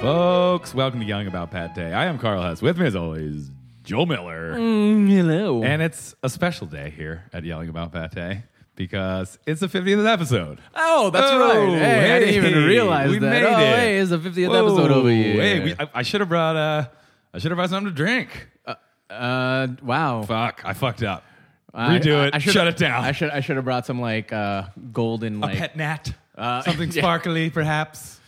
Folks, welcome to Young About Pat Day. I am Carl Hess. With me, as always, Joel Miller. hello. And it's a special day here at Yelling About Pat Day because it's the 50th episode. oh, that's right. Hey, I didn't even hey, realize we that. Made oh, it. hey, it's the 50th Whoa, episode over here. Hey, we, I, I should have brought uh, I should have brought something to drink. uh, wow. Fuck, I fucked up. I- Redo I- it. I should- Shut it down. I should I should have brought some like uh, golden a like pet nat. Uh, something yeah. sparkly, perhaps.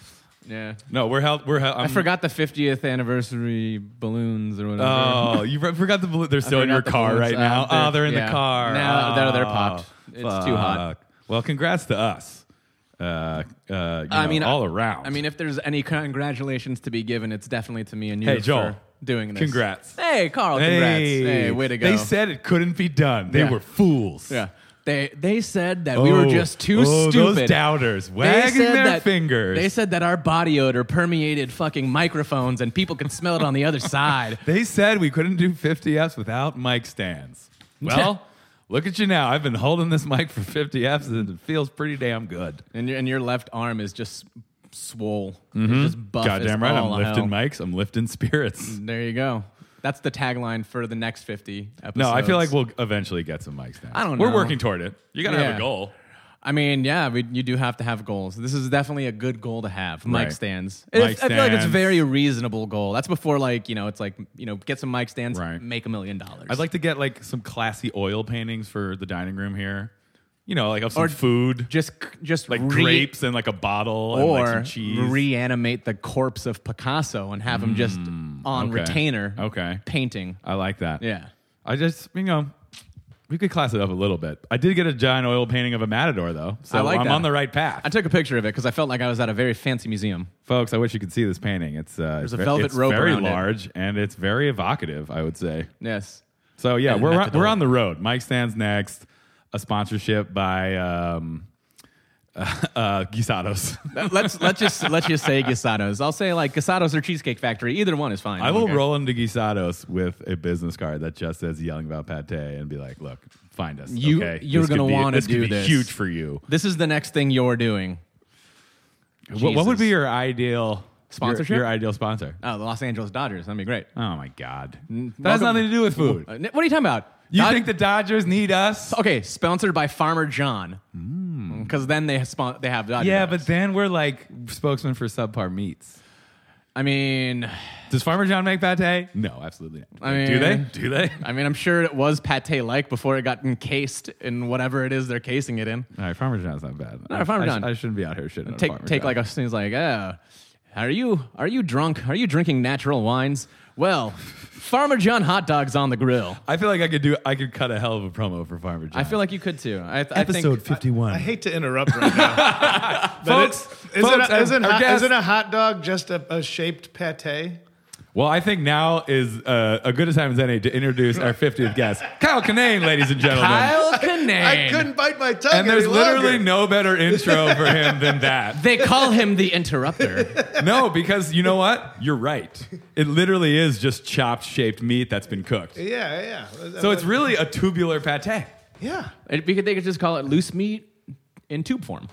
yeah. No, we're held. We're held. I forgot the 50th anniversary balloons or whatever. Oh, you for- forgot the balloon. They're still in Mm-hmm. your forgot the car balloons. right Uh, now. oh, they're- they're in yeah. the car. No, they're- Oh, they're popped. It's too hot. fuck. Well, congrats to us. Uh, uh, you I know, mean, all around. I mean, if there's any congratulations to be given, it's definitely to me and you Hey, for Joel. doing this. Congrats. Hey, Carl. Congrats. Hey, way to go. They said it couldn't be done. They Yeah. were fools. yeah. They they said that we were Oh, just too oh, stupid. Those doubters They wagging said their that- fingers. They said that our body odor permeated fucking microphones and people can smell it on the other side. They said we couldn't do 50Fs without mic stands. Well, look at you now. I've been holding this mic for 50Fs and it feels pretty damn good. And your, and your left arm is just swole. It's just buff. as Mm-hmm. Goddamn right. I'm all lifting hell. mics, I'm lifting spirits. There you go. That's the tagline for the next 50 episodes. No, I feel like we'll eventually get some mic stands. I don't We're know. working toward it. You got to have Yeah. a goal. I mean, yeah, we, you do have to have goals. This is definitely a good goal to have. Right. Mic stands. Mic It's- I feel like it's a stands. very reasonable goal. That's before like, you know, it's like, you know, get some mic stands, Right. make a million dollars. I'd like to get like some classy oil paintings for the dining room here. You know, like of some Or food, just just like re- grapes and like a bottle and or like some cheese. reanimate the corpse of Picasso and have him just on Mm, okay. retainer Okay. painting. I like that. Yeah. I just, you know, we could class it up a little bit. I did get a giant oil painting of a matador, though. So I like I'm that. on the right path. I took a picture of it because I felt like I was at a very fancy museum. Folks, I wish you could see this painting. It's uh, a velvet it's rope very around it. large and it's very evocative, I would say. Yes. So yeah, And we're on, matador. we're on the road. Mike stands next. A sponsorship by um, uh, Guisados. let's let's just let's just say Guisados. I'll say like Guisados or Cheesecake Factory. Either one is fine. I will Okay. roll into Guisados with a business card that just says "Yelling About Pate" and be like, "Look, find us. You- okay? you're This could gonna be- wanna could do be this." Huge for you. This is the next thing you're doing. What, what would Jesus. be your ideal Sponsorship? Your, your ideal sponsor? Oh, the Los Angeles Dodgers. That'd be great. Oh my God, that has welcome- nothing to do with food. Uh, what are you talking about? You Dod- think the Dodgers need us? okay, sponsored by Farmer John. Because then they have spon- they have Dodger Mm. Yeah, Dogs. but then we're like spokesman for subpar meats. I mean, Does Farmer John make pate? No, absolutely not. I do they? mean- Do they? I mean, I'm sure it was pate like before it got encased in whatever it is they're casing it in. All right, Farmer John's not bad. No, I- Farmer I sh- John. I, shouldn't be out here shitting. on Take Farmer take John. like a things like, uh, are you are you drunk? Are you drinking natural wines? Well, Farmer John hot dogs on the grill. I feel like I could do. I could cut a hell of a promo for Farmer John. I feel like you could too. I, I episode think, fifty one. I hate to interrupt right now. but Folks, it's, isn't, folks, a, isn't, our hot, guest- isn't a hot dog just a, a shaped pate? well, I think now is uh, a good time as any to introduce our fiftieth guest, Kyle Kinane, ladies and gentlemen. Kyle Kinane. I couldn't bite my tongue. And there's any literally longer. no better intro for him than that. They call him the interrupter. No, because you know what? You're right. It literally is just chopped, shaped meat that's been cooked. Yeah, yeah. So it's really a tubular pate. yeah. It- we could they could just call it loose meat in tube form.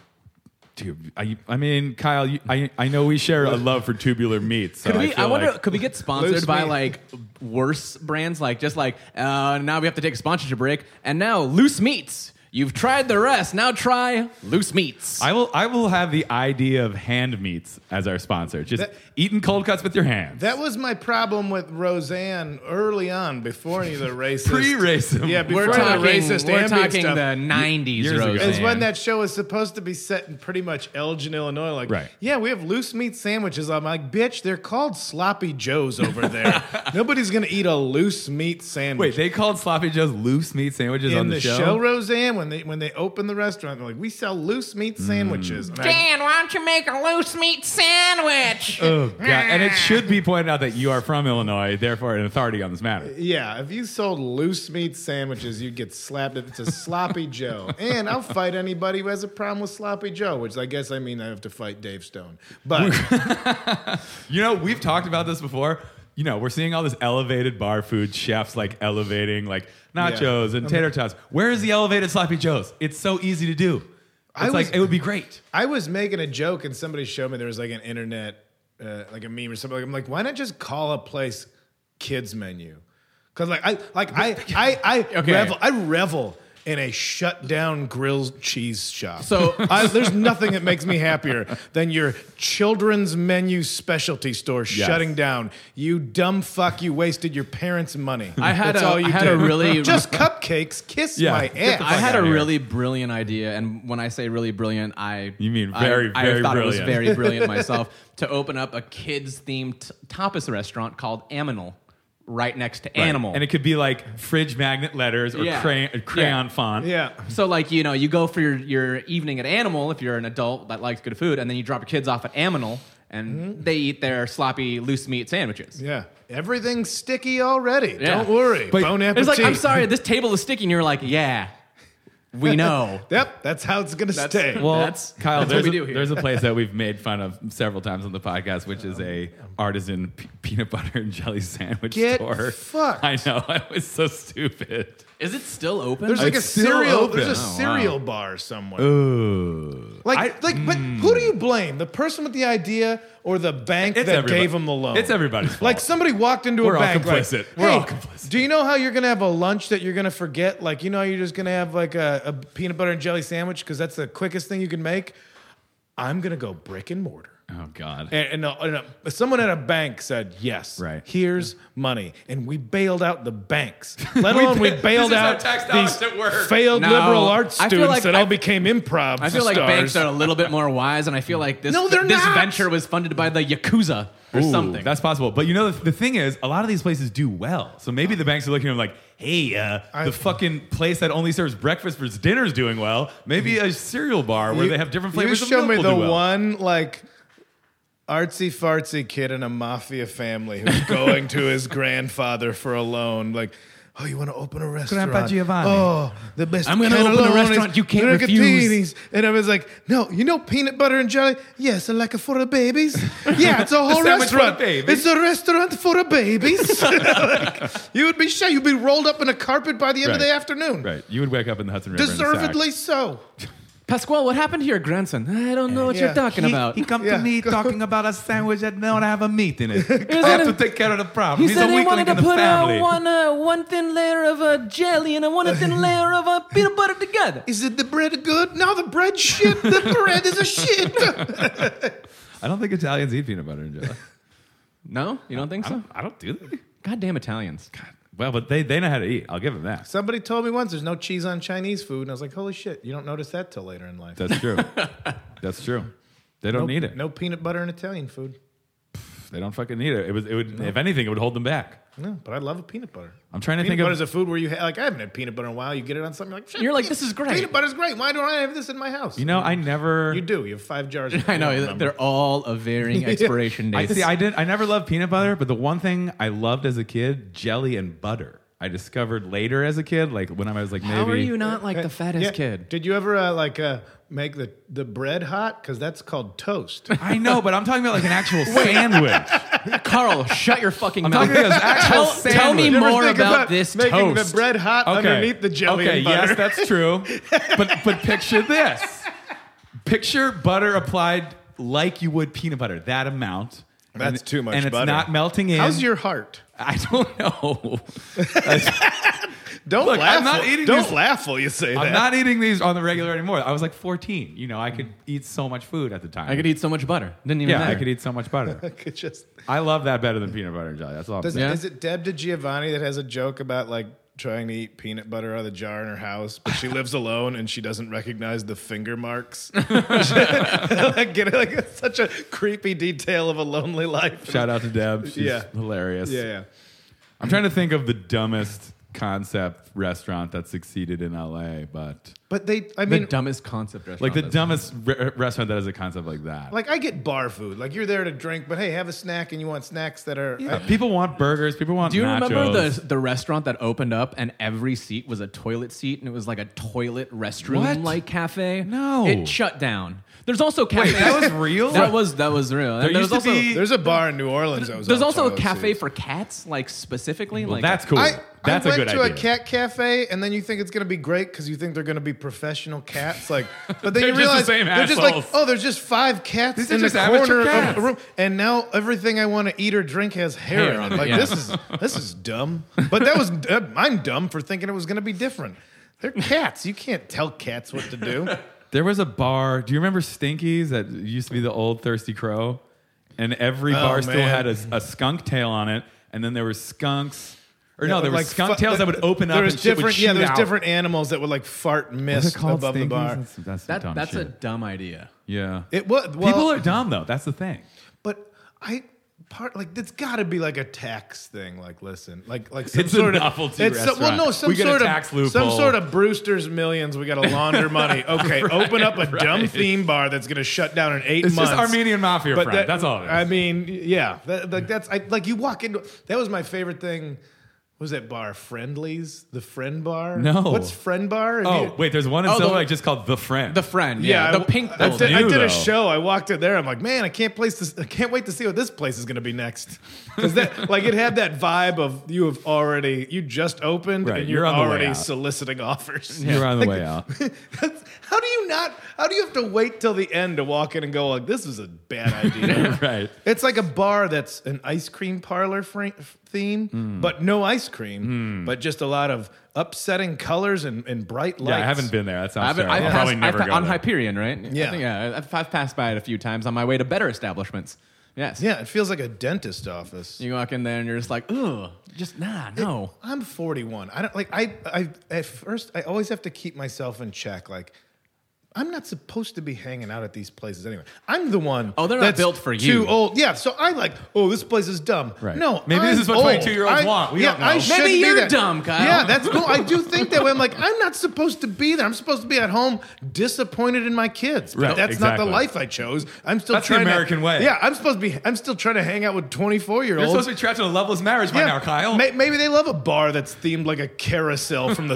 Dude, I, I mean, Kyle, you, I, I know we share a love for tubular meat. So Could we, I, feel I, wonder, like- could we get Loose sponsored by meat. like worse brands? Like, just like, uh, now we have to take a sponsorship break. And now, loose meats. You've tried the rest. Now try loose meats. I will. I will have the idea of hand meats as our sponsor. Just That- eating cold cuts with your hands. That was my problem with Roseanne early on, before any of the racist. Pre-racism. Yeah, We're before the racist we're ambient talking stuff. the 90s, Years ago. Roseanne. is when that show was supposed to be set in pretty much Elgin, Illinois. Like, Right. yeah, we have loose meat sandwiches. I'm like, bitch, they're called sloppy joes over there. Nobody's gonna eat a loose meat Wait, sandwich. they called sloppy joes loose meat sandwiches in on the, show. Roseanne, when they when they open the restaurant, they're like, we sell loose Hmm. meat sandwiches. And I- Dan, why don't you make a loose meat sandwich? Oh, God. And it should be pointed out that you are from Illinois, therefore an authority on this matter. yeah, if you sold loose meat sandwiches, you'd get slapped. It's a sloppy Joe, and I'll fight anybody who has a problem with sloppy Joe. Which I guess I mean I have to fight Dave Stone, but You know, we've talked about this before. You know, we're seeing all this elevated bar food chefs like elevating like nachos and tater tots. Where is the elevated sloppy joes? It's so easy to do. It's I like was- it would be great. I was making a joke and somebody showed me there was like an internet uh, like a meme or something. Like, I'm like, why not just call a place kids menu? Because like I like I I I Okay. revel I revel in a shut down grilled cheese shop. So- I, there's nothing that makes me happier than your children's menu specialty store shutting down. You dumb fuck! You wasted your parents' money. I had That's a- all you I had a did. really- just cupcakes. Kiss Yeah. my Get the ass. I had a outta here. really brilliant idea, and when I say really brilliant, I You mean I- very, I, very thought it brilliant. was very brilliant myself to open up a kids themed t- tapas restaurant called Aminal, right next to Animal. And it could be like fridge magnet letters or Yeah. crayon, crayon Yeah. font. yeah. so like you know, you go for your, your evening at Animal if you're an adult that likes good food, and then you drop your kids off at Aminal, and they eat their sloppy loose meat sandwiches. Mm-hmm. Yeah. Everything's sticky already. Yeah. Don't worry. But bon appetit. It's like I'm sorry, this table is sticky, and you're like, yeah, we know. Yep, that's how it's gonna stay. Well, That's- Kyle. that's what there's, we a, do here. there's a place that we've made fun of several times on the podcast, which is a artisan p- peanut butter and jelly sandwich Get store. fucked. I know. I was so stupid. Is it still open? there's like a It's still cereal. open. There's a Oh, wow. Uh, cereal bar somewhere. Ooh. like, like, but Hmm. who do you blame? The person with the idea or the bank that everybody- gave them the loan? It's everybody's fault. Like somebody walked into We're a all bank. like, complicit. We're all "Hey, complicit." Do you know how you're gonna have a lunch that you're gonna forget? Like, you know, how you're just gonna have like a, a peanut butter and jelly sandwich because that's the quickest thing you can make. I'm gonna go brick and mortar. oh God. And, and, a, and a- someone at a bank said, "Yes, Right. Here's money," and we bailed out the banks. Let alone we, ba- bailed this is how out tax dollars these at work. failed No, liberal arts I feel students like that I- all became improv. I feel like stars. banks are a little bit more wise, and I feel like this No, they're this not! venture was funded by the yakuza or Ooh, something. That's possible. But you know, the, the thing is, a lot of these places do well. So maybe the banks are looking at them like, hey, uh, I- the fucking place that only serves breakfast for dinner is doing well. Maybe a cereal bar where You- they have different flavors You of show milk me will the do well. one like artsy fartsy kid in a mafia family who's going to his grandfather for a loan, like. Oh, you want to open a restaurant? Giovanni. Oh, the best. I'm gonna cannelloni open a restaurant you can't rigatoni's." refuse. And I was like, no, you know peanut butter and jelly? Yes, I like it for the babies. Yeah, it's a whole sandwich for the restaurant. babies. It's a restaurant for the babies. Like, you would be shy. You'd be rolled up in a carpet by the end of Right. the afternoon. Right. You would wake up in the Hudson River. in a sack. Deservedly so. Pasquale, what happened to your grandson? I don't know what Yeah. you're talking He- about. He, come Yeah. to me talking about a sandwich that don't have a meat in it. I said have to him- take care of the problem. he He's said a he weak wanted link in to the put family. out one uh, one thin layer of uh, jelly and a one thin layer of uh, peanut butter together. Is it the bread good? No, the bread shit. The bread is a shit. I don't think Italians eat peanut butter and jelly. No, you don't think I so? don't, I don't do that. Goddamn Italians! Well, but they, they know how to eat. I'll give them that. Somebody told me once there's no cheese on Chinese food, and I was like, holy shit, you don't notice that till later in life. That's true. That's true. They don't no, need it. No peanut butter in Italian food. They don't fucking need it. It was. It would. If anything, it would hold them back. No, but I love a peanut butter. I'm trying to Peanut think of butter is a food where you ha- like I haven't had peanut butter in a while. You get it on something you're like shit, You're like, pe- this is great. Peanut butter's great. Why don't I have this in my house? You know, I never. you do. You have five jars. I know they're all of varying expiration I dates. see. I did. I never loved peanut butter, but the one thing I loved as a kid, jelly and butter. I discovered later as a kid, like when I was like maybe. How are you not like the fattest Yeah. kid? Did you ever uh, like uh, make the the bread hot? Because that's called toast. I know, but I'm talking about like an actual sandwich. Carl, shut your fucking I'm mouth. talking about an actual tell, tell me sandwich. You ever more think about, this making toast. the bread hot underneath the jelly Okay, and butter. yes, that's true. but but picture this. Picture butter applied like you would peanut butter, that amount. That's And- too much And it's butter. not melting in. How's your heart? I don't know. Don't Look, laugh. I'm not while- eating Don't these- laugh while you say I'm that. not eating these on the regular anymore. I was like 14. You know, I could Mm. eat so much food at the time. I could eat so much butter. Didn't even Yeah, matter. I could eat so much butter. It just I love that better than peanut butter and jelly. That's all. I'm does, saying. Yeah. is it Deb De Giovanni that has a joke about like trying to eat peanut butter out of the jar in her house, but she lives alone and she doesn't recognize the finger marks? like, get it? Like it's such a creepy detail of a lonely life. Shout out to Deb. She's Yeah. hilarious. Yeah, yeah. I'm trying to think of the dumbest concept restaurant that succeeded in LA, but But they, I the mean, dumbest concept restaurant. like the that's- dumbest re- restaurant that has a concept like that. like I get bar food. Like you're there to drink, but hey, have a snack and you want snacks that are. Uh, people want burgers. People want. Do you nachos. remember the the restaurant that opened up and every seat was a toilet seat and it was like a toilet restroom like cafe? No. it shut down. There's also cafe. Wait, that was real. that was that was real. There And there's used to also be- there's a bar in New Orleans. that was there's all also a toilet cafe seats. for cats, like specifically. Well, like that's cool. I, That's I a went good to idea. a cat cafe, and then you think it's gonna be great because you think they're gonna be professional cats. Like, but then They're you just the realize same they're just assholes. like, oh, there's just five cats These are in the just amateur corner cats. of a room, and now everything I want to eat or drink has hair, Hair on on it. it, Like yeah. this is this is dumb. But that was uh, I'm dumb for thinking it was gonna be different. They're cats. You can't tell cats what to do. There was a bar. Do you remember Stinkies that used to be the old Thirsty Crow? And every bar still Oh, man. had a, a skunk tail on it, and then there were skunks. Or no, Yeah, there were like skunk fu- tails that th- would open up there was and shit would different, yeah, shoot there's out. different animals that would like fart Is it mist called above the Stinkies? bar. That's, that's some That, dumb that's a shit. dumb idea. yeah. It was well, People are dumb though. That's the thing. But I part like it's got to be like a tax thing. Like, listen, like like some It's a sort of novelty it's some- restaurant. well, no, some We got a sort tax of some loophole. sort of Brewster's Millions. We got to launder money. Okay, open up a dumb theme bar that's going to shut down in eight It's months. just Armenian mafia friend. that- that's all. It is. I mean, yeah, that, like that's I, like you walk into. That was my favorite thing. What was that bar Friendlies? The Friend Bar? No. what's Friend Bar? Have you- oh wait, there's one in Oh, the- Silver Lake just called the friend. The friend, yeah, yeah, I the w- pink I, That's building. did, I new, did though. a show. I walked in there. I'm like, man, I can't place this. I can't wait to see what this place is going to be next. Because that, like, it had that vibe of you have already, you just opened, Right, and you're you're, on the way already out. soliciting offers. You're on the way out. That's- how do you not? How do you have to wait till the end to walk in and go like, this is a bad idea? right. It's like a bar that's an ice cream parlor fr- theme, Hmm. but no ice cream, but just a lot of upsetting colors and, and bright lights. Yeah, I haven't been there. That sounds I've, terrible. I've I'll passed, probably never I've, go on there. Hyperion, right? Yeah. I think, yeah. I've, I've passed by it a few times on my way to better establishments. Yes. Yeah, it feels like a dentist office. You walk in there and you're just like, ugh, just nah, no. I'm 41. I don't like I I at first I always have to keep myself in check like I'm not supposed to be hanging out at these places anyway. I'm the one. Oh, they're not that's built for Too you. old. Yeah. So I like. Oh, this place is dumb. Right. No. Maybe this I'm is what old. 22-year-olds I- want. We yeah, don't know. I Maybe should be you're that- dumb, Kyle. Yeah, that's cool. I do think that way. I'm like, I'm not supposed to be there. I'm supposed to be at home, disappointed in my kids. But Right, that's not exactly. the life I chose. I'm still That's the trying American to, way. Yeah, I'm supposed to be. I'm still trying to hang out with 24 year You're olds. supposed to be trapped in a loveless marriage by now, Kyle. May- maybe they love a bar that's themed like a carousel from the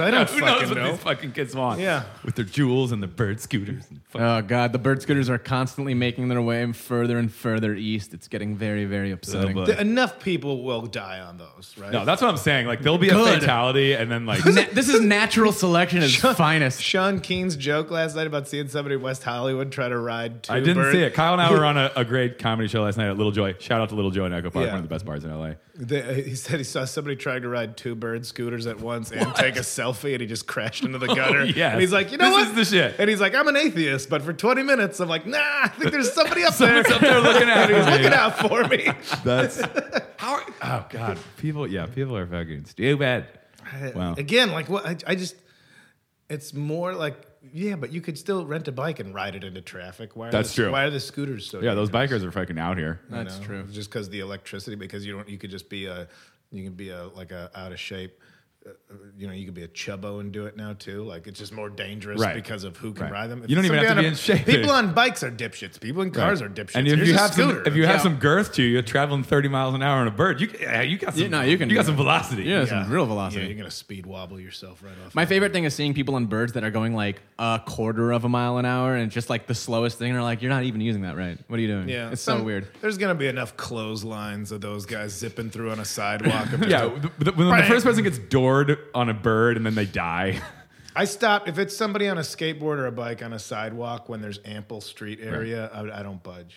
I don't Who knows fucking what know. these fucking kids want? Yeah. With their jewels and their bird scooters. And fucking Oh god, the bird scooters are constantly making their way further and further east. It's getting very, very upsetting. boy. Th- Enough people will die on those, right? no, that's what I'm saying. Like there'll be a Good. fatality and then like Na- this is natural selection at its finest. Sean Keene's joke last night about seeing somebody in West Hollywood try to ride two I didn't birds. see it. Kyle and I were on a, a great comedy show last night at Little Joy. Shout out to Little Joy in Echo Park, Yeah. one of the best bars in LA. The- he said he saw somebody trying to ride two bird scooters at once and take a selfie, and he just crashed into the gutter. Oh, yes. And he's like, you know This what? is the shit. And he's like, I'm an atheist, but for 20 minutes, I'm like, nah, I think there's somebody up there. Someone's up there looking at He's me. looking out for me. That's how. Oh God, people. Yeah, people are fucking stupid. Wow. Again, like what I, I just, it's more like yeah, but you could still rent a bike and ride it into traffic. Why? Are That's the, true. Why are the scooters so? Yeah, those bikers are fucking out here. Uh, That's true. Just because the electricity, because you don't, you could just be a, you can be a like a out of shape. uh, You know, you could be a chubbo and do it now too. Like it's just more dangerous Right. because of who can Right. ride them. If You don't even somebody have to on be a- in shape. People on bikes are dipshits. People in cars are dipshits. And if Here's you a have scooter. some, if you have Yeah. some girth to you, you're traveling 30 miles an hour on a bird. You can- yeah, you got some. no, you can- got some velocity. Yeah, some real yeah, velocity. you're gonna speed wobble yourself right off. My favorite thing is seeing people on birds that are going like a quarter of a mile an hour and just like the slowest thing. They're like, you're not even using that right. What are you doing? Yeah, It's so some- weird. There's gonna be enough clotheslines of those guys zipping through on a sidewalk. Of just Yeah, a- the, the- when the Bang. first person gets doored on a bird and then they die. I stop if it's somebody on a skateboard or a bike on a sidewalk when there's ample street area. I, I don't budge.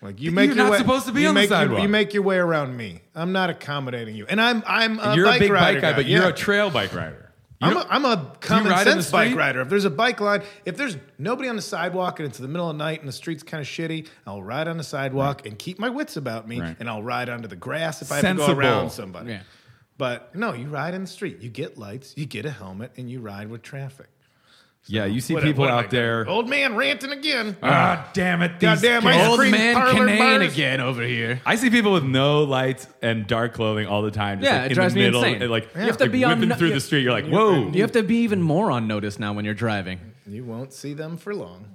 Like you make You're your not way, supposed to be you on the make your- sidewalk. you make your way around me. I'm not accommodating you, and I'm I'm a you're a bike big rider bike guy, but guy. you're Yeah. a trail bike rider. You I'm a, don't- I'm a common ride in the sense bike street? rider. If there's a bike line, if there's nobody on the sidewalk and it's the middle of the night and the street's kind of shitty, I'll ride on the sidewalk and keep my wits about me, Right. and I'll ride onto the grass if I have Sensible. to go around somebody. Yeah. But no, you ride in the street. You get lights, you get a helmet, and you ride with traffic. yeah, you see What- people what am I out there. doing? Old man ranting again. Ah, damn it! These Goddamn kids." ice Old cream man parlor Canaan bars. again over here. I see people with no lights and dark clothing all the time. Just Yeah, like it in drives the me middle, insane. and, like You have to like be on whipping no- through you- the street. You're like, whoa. You have to be even more on notice now when you're driving. You won't see them for long.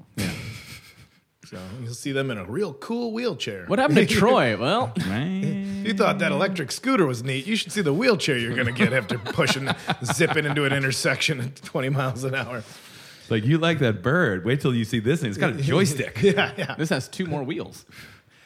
so you'll see them in a real cool wheelchair. What happened to Troy? Well, Man. You thought that electric scooter was neat. You should see the wheelchair you're going to get after pushing, zipping into an intersection at 20 miles an hour. It's like you like that bird. Wait till you see this thing. It's got a joystick. Yeah, yeah. this has two more wheels.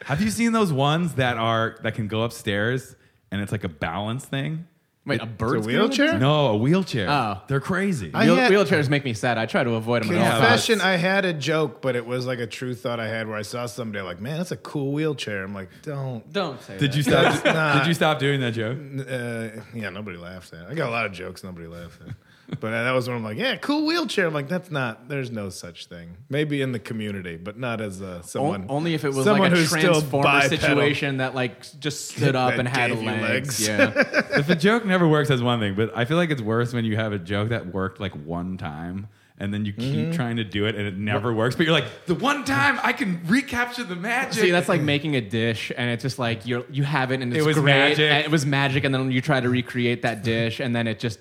Have you seen those ones that are that can go upstairs and it's like a balance thing? Wait, a bird's a wheelchair? No, a wheelchair. Oh. They're crazy. I Wheel- had- wheelchairs make me sad. I try to avoid them at all costs. Confession, I had a joke, but it was like a true thought I had where I saw somebody like, man, that's a cool wheelchair. I'm like, don't. Don't say Did that. you stop? That's not- did you stop doing that joke? Uh, yeah, nobody laughs at. I got a lot of jokes nobody laughs at. But uh, that was when I'm like, yeah, cool wheelchair. I'm like, that's not. There's no such thing. Maybe in the community, but not as uh, O- someone. only if it was like someone a who's still transformer bipedal. situation that like just stood up That and had gave you legs. legs. Yeah. if a joke never works, that's one thing. But I feel like it's worse when you have a joke that worked like one time. And then you keep Mm-hmm. trying to do it and it never works. But you're like, the one time I can recapture the magic. See, that's like making a dish, and it's just like you you have it, and it's It was great. magic. And it was magic, and then you try to recreate that dish, and then it just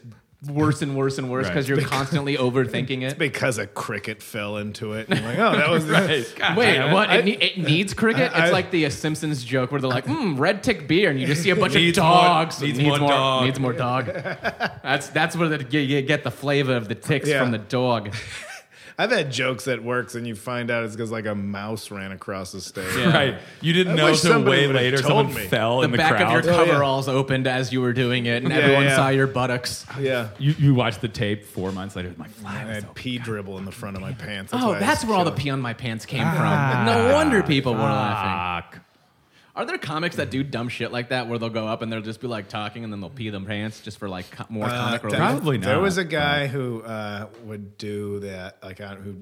worse and worse and worse Right. because you're constantly overthinking it. because a cricket fell into it. And I'm like, oh, that was Right. God Wait, damn it. what? it, ne- it needs cricket. It's I- like the uh, Simpsons joke where they're like, mm, "Red tick beer," and you just see a bunch of Needs more- dogs. needs more dog. Needs more dog. that's that's where the, you, you get the flavor of the ticks Yeah. from the dog. I've had jokes at works, and you find out it's because like a mouse ran across the stage. Yeah. Right. You didn't I know wish until somebody way would've later told someone me. fell The in the back crowd. of your Oh, yeah. coveralls opened as you were doing it, and Yeah, everyone yeah. saw your buttocks. Yeah. you, you watch the tape four months later. My fly I was had open. pee dribble in the front of my pants. Oh, why I that's was Ah. where all the killing- pee on my pants came from. No wonder people were laughing. Fuck. Are there comics that do dumb shit like that where they'll go up and they'll just be like talking and then they'll pee them pants just for like co- more comic Uh, relief? that- Probably There not. was a guy who uh, would do that, like I- who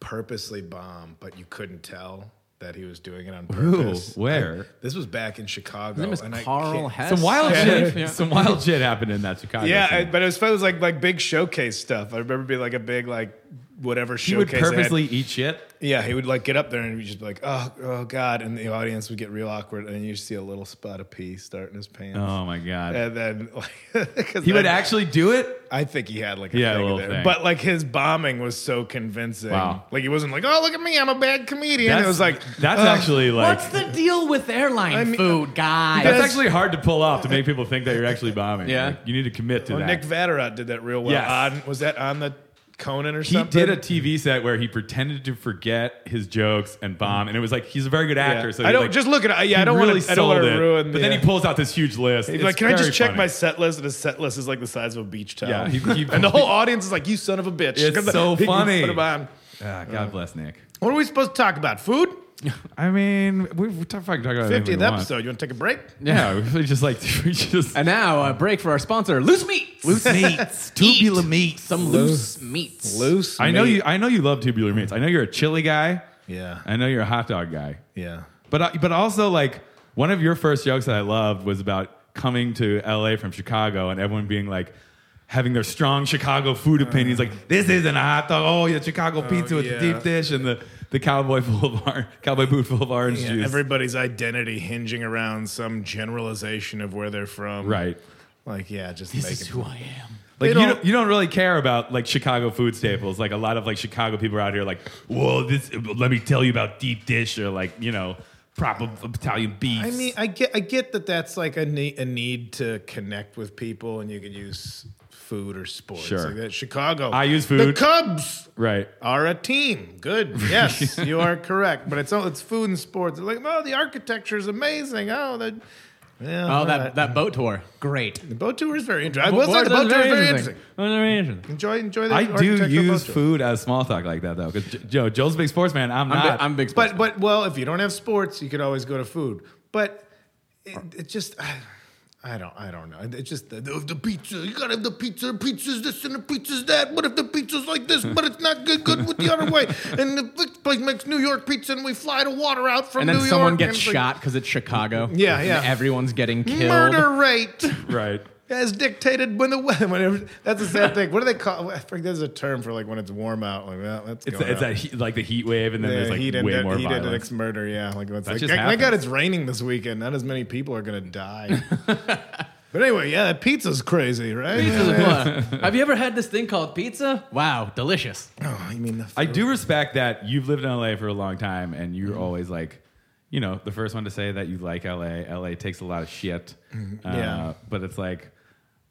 purposely bomb, but you couldn't tell that he was doing it on purpose. where? I- this was back in Chicago. His name is and I Carl can't- Hess. Some wild Yeah. shit. Yeah. Some wild shit happened in that Chicago. Yeah, I, scene. but it was fun. It was like like big showcase stuff. I remember being like a big like whatever he would showcase. they had. purposely eat shit. yeah, he would like get up there and he'd just be like, oh, oh god, and the audience would get real awkward, and you see a little spot of pee start in his pants. Oh my god. And then, like, 'cause he would then- actually do it. I think he had like a Yeah, a thing little there. thing. But like his bombing was so convincing. Wow. Like he wasn't like, oh look at me, I'm a bad comedian. it was like "Oh, that's "Ugh, actually like What's the deal with airline I mean- uh, food, guys? that's Yes. actually hard to pull off to make people think that you're actually bombing. Yeah. Like, you need to commit to well, that. Nick Vatterott did that real well. Yes. On was that on the Conan or he something? did a TV set where he pretended to forget his jokes and bomb, and it was like he's a very good Yeah. actor. So I he, don't like, just look at it. I- Yeah, he I don't really want to. I don't want sold to it. ruin. But the, then he pulls out this huge list. He's It's like, can I just very check funny. my set list? And his set list is like the size of a beach towel. Yeah, he- he- and the whole audience is like, you son of a bitch. It's Come on, so he can funny. put him on. Ah, God bless Nick. What are we supposed to talk about? Food? I mean, we- we're talking fucking talking about anything we 50th want. episode. You want to take a break? Yeah, we really just like we just and now a break for our sponsor, Loose Meats. loose meats, tubular meats. Some loose meats. Loose. I know meat. you. I know you love tubular meats. I know you're a chili guy. Yeah. I know you're a hot dog guy. Yeah. But I, but also like one of your first jokes that I loved was about coming to LA from Chicago and everyone being like having their strong Chicago food opinions like this isn't a hot dog oh yeah Chicago pizza with yeah. the deep dish and the the cowboy full of orange, cowboy boot full of orange Yeah, juice everybody's identity hinging around some generalization of where they're from. right Like, yeah, just This make is it. who I am. like They you don't, don't- you don't really care about like Chicago food staples like a lot of like Chicago people are out here like whoa this let me tell you about deep dish or like you know proper Italian beef I mean, I get, I get that that's like a need, a need to connect with people, and you can use food or sports. Sure. Like that. Chicago. I use The food. Cubs right are a team. Good. Yes, you are correct. But it's all it's food and sports. They're like, oh, the architecture is amazing. Oh, the yeah, Oh, that, alright. that boat tour. Great. the boat tour is very interesting. I will say the boat tour is very interesting. Enjoy, enjoy the I architecture do of the boat use tour. food as small talk like that though, because Joe, Joe's a big sports man. I'm, I'm, not. bi- I'm big. sports But but well, if you don't have sports, you could always go to food. But it, it just. I don't. I don't know. It's just the, the pizza. You gotta have the pizza. Pizza's this and the pizza's that. What if the pizza's like this, but it's not good? Good with the other way. And the place makes New York pizza, and we fly the water out from and then New someone York. gets and it's like, shot because it's Chicago. Yeah, And yeah. everyone's getting killed. Murder rate right. as dictated when the weather. Whenever, that's a sad thing. What do they call? I think there's a term for like when it's warm out. Like well, that's It's, going it's out. that heat, like the heat wave, and then Yeah, there's like he did way that- more he did an violence. ex murder. Yeah, like it's like, just thank- thank God happens. it's raining this weekend. Not as many people are gonna die. but anyway, yeah, that pizza's crazy, right? Have you ever had this thing called pizza? Wow, delicious. Oh, you mean the I do respect that you've lived in LA for a long time, and you're always like, you know, the first one to say that you like LA. LA takes a lot of shit. Uh, Yeah. but it's like,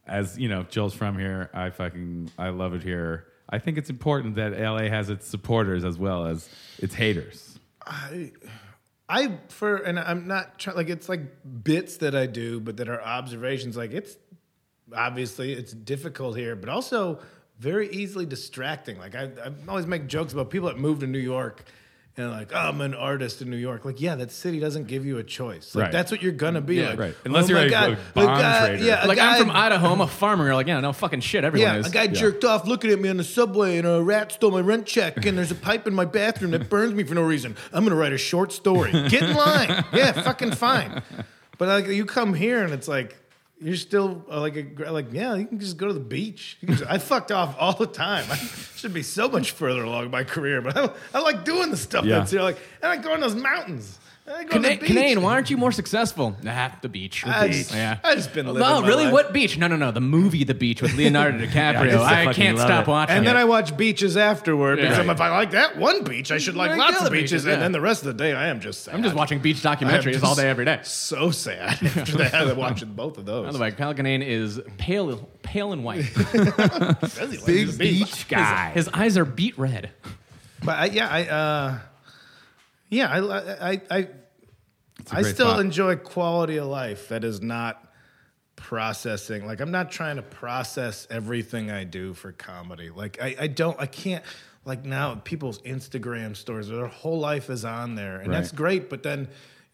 as you know, Joel's from here. I fucking I love it here. I think it's important that LA has its supporters as well as its haters. I, I for and I'm not trying like it's like bits that I do, but that are observations. Like it's obviously it's difficult here, but also very easily distracting. Like I, I always make jokes about people that move to New York and like, oh, I'm an artist in New York. Like, yeah, that city doesn't give you a choice. Like Right. that's what you're gonna be. Yeah, like, "Oh right. Unless you're my a- God, a bond guy- trader. Yeah, a Like I'm guy- from Idaho, I'm a farmer. You're like, yeah, no fucking shit. Everyone yeah, is. a guy jerked off looking at me on the subway, and a rat stole my rent check, and there's a pipe in my bathroom that burns me for no reason. I'm gonna write a short story. Get in line. Yeah, fucking fine. But like, you come here, and it's like you're still uh, like a, gr- like yeah, you can just go to the beach. You can just- I fucked off all the time. I should be so much further along in my career, but I, I like doing the stuff Yeah. that's here. Like, and I go on those mountains. And I go to Cana- the beach. Canadian, why aren't you more successful? Nah, the beach. The I beach. just, Yeah. I just been living. Oh, my really? life. What beach? No, no, no. The movie The Beach with Leonardo DiCaprio. just I, fucking can't love stop it. watching. And then it. I watch beaches afterward because Yeah. I'm- if I like that one beach, I should like Like lots other of beaches. beaches, yeah. And then the rest of the day, I am just sad. I'm just watching beach I am documentaries just all day, every day. So sad after that. I'm watching both of those. By the way, Kyle Kinane is pale, pale and white. Really like the guy. His eyes are beet red. But I, yeah, I, uh, yeah, I, I, I, I, a I great still thought. enjoy quality of life that is not processing. Like I'm not trying to process everything I do for comedy. Like I, I don't, I can't. Like now, people's Instagram stories, their whole life is on there, and that's Right. great. But then.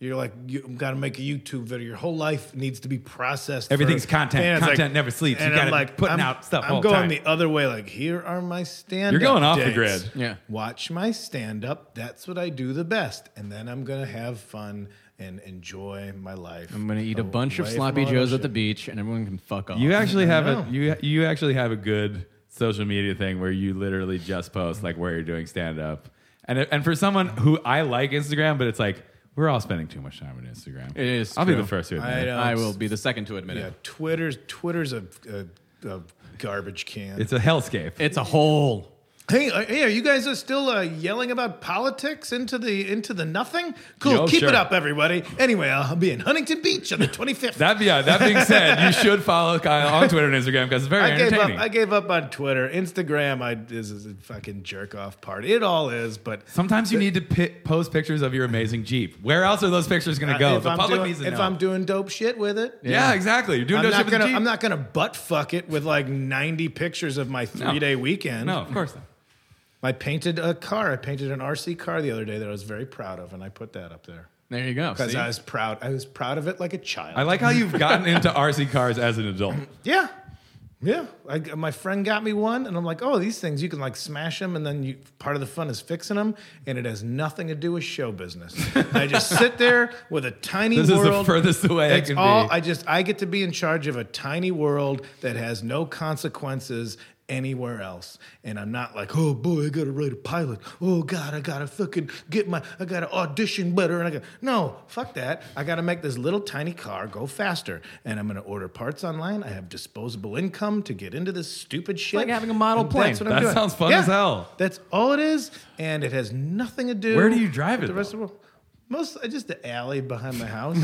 You're like you got to make a YouTube video. Your whole life needs to be processed. for- Everything's content. and it's Content never sleeps. You and I'm gotta be putting out stuff I'm all the going time. the other way. Like here are my stand. going off the grid. Yeah. Watch my stand up. That's what I do the best. And then I'm going to have fun and enjoy my Oh, life. I'm gonna eat a bunch of Away sloppy from all that joes at the shit. beach, and everyone can fuck off. You actually have know. a you you actually have a good social media thing where you literally just post like where you're doing stand up. And it- and for someone who I like Instagram, but it's like we're all spending too much time on Instagram. It is I'll be true. the first to admit. I it. know. I will be the second to admit Yeah, it. Twitter's Twitter's a, a, a garbage can. It's a hellscape. It's a hole. hey, uh, hey, are you guys are still uh, yelling about politics into the into the nothing? Cool, Yo, keep sure. it up, everybody. Anyway, I'll be in Huntington Beach on the 25th. that be- yeah, that being said, you should follow Kyle on Twitter and Instagram because it's very I gave up. entertaining. I gave up on Twitter, Instagram. I this is a fucking jerk off party. It all is, but Sometimes you need to pi- post pictures of your amazing Jeep. Where else are those pictures going to go? Uh, if, the I'm public doing, needs to if know. I'm doing dope shit with it, yeah, exactly. You're doing no I'm shit not with the gonna. Jeep. I'm not gonna butt fuck it with like 90 pictures of my three day weekend. No, of course not. I painted a car. I painted an RC car the other day that I was very proud of, and I put that up there There you go. because see? I was proud. I was proud of it like a child. I like how you've gotten into RC cars as an adult. yeah. Yeah, I, my friend got me one, and I'm like, "Oh, these things you can like smash them, and then you, part of the fun is fixing them, and it has nothing to do with show business." I just sit there with a tiny This is world. the furthest away I It's can all. be. I just I get to be in charge of a tiny world that has no consequences anywhere else, and I'm not like, oh boy, I gotta write a pilot. Oh god, I gotta fucking get my. I gotta audition better, and I got no fuck that. I gotta make this little tiny car go faster, and I'm gonna order parts online. I have disposable income to get into this stupid shit. like having a model and plane. That's what I'm That doing. sounds fun as hell. That's all it is, and it has nothing to do. Where do you drive with it, The rest of the world. Most uh, just the alley behind my house.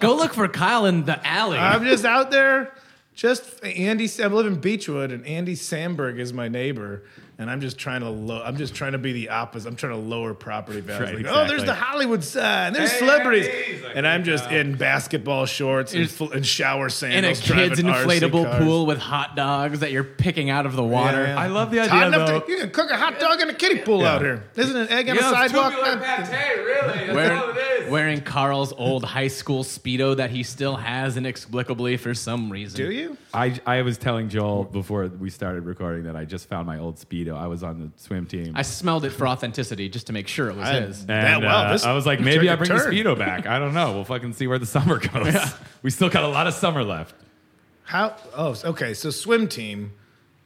Go look for Kyle in the alley. I'm just out there. Just Andy. I live in Beechwood, and Andy Sandberg is my neighbor. And I'm just trying to low. I'm just trying to be the opposite. I'm trying to lower property values. Right, Like, Oh, exactly. there's the Hollywood side. and There's Hey, celebrities, hey, he's like, and I'm just in basketball shorts and, It's- fl- and shower in a sandals. kid's driving RC inflatable cars. pool with hot dogs that you're picking out of the water. Yeah. I love the It's idea hot enough though. to- you can cook a hot dog in a kiddie pool out here. Isn't an egg on a sidewalk? really. That's Wearing, wearing Carl's old high school speedo that he still has inexplicably for some reason. Do you? I, I was telling Joel before we started recording that I just found my old Speedo. I was on the swim team. I smelled it for authenticity just to make sure it was his. and, wow, uh, this I was like, maybe took I a bring the turn. Speedo back. I don't know. We'll fucking see where the summer goes. We still got a lot of summer left. How? Oh, okay. So swim team.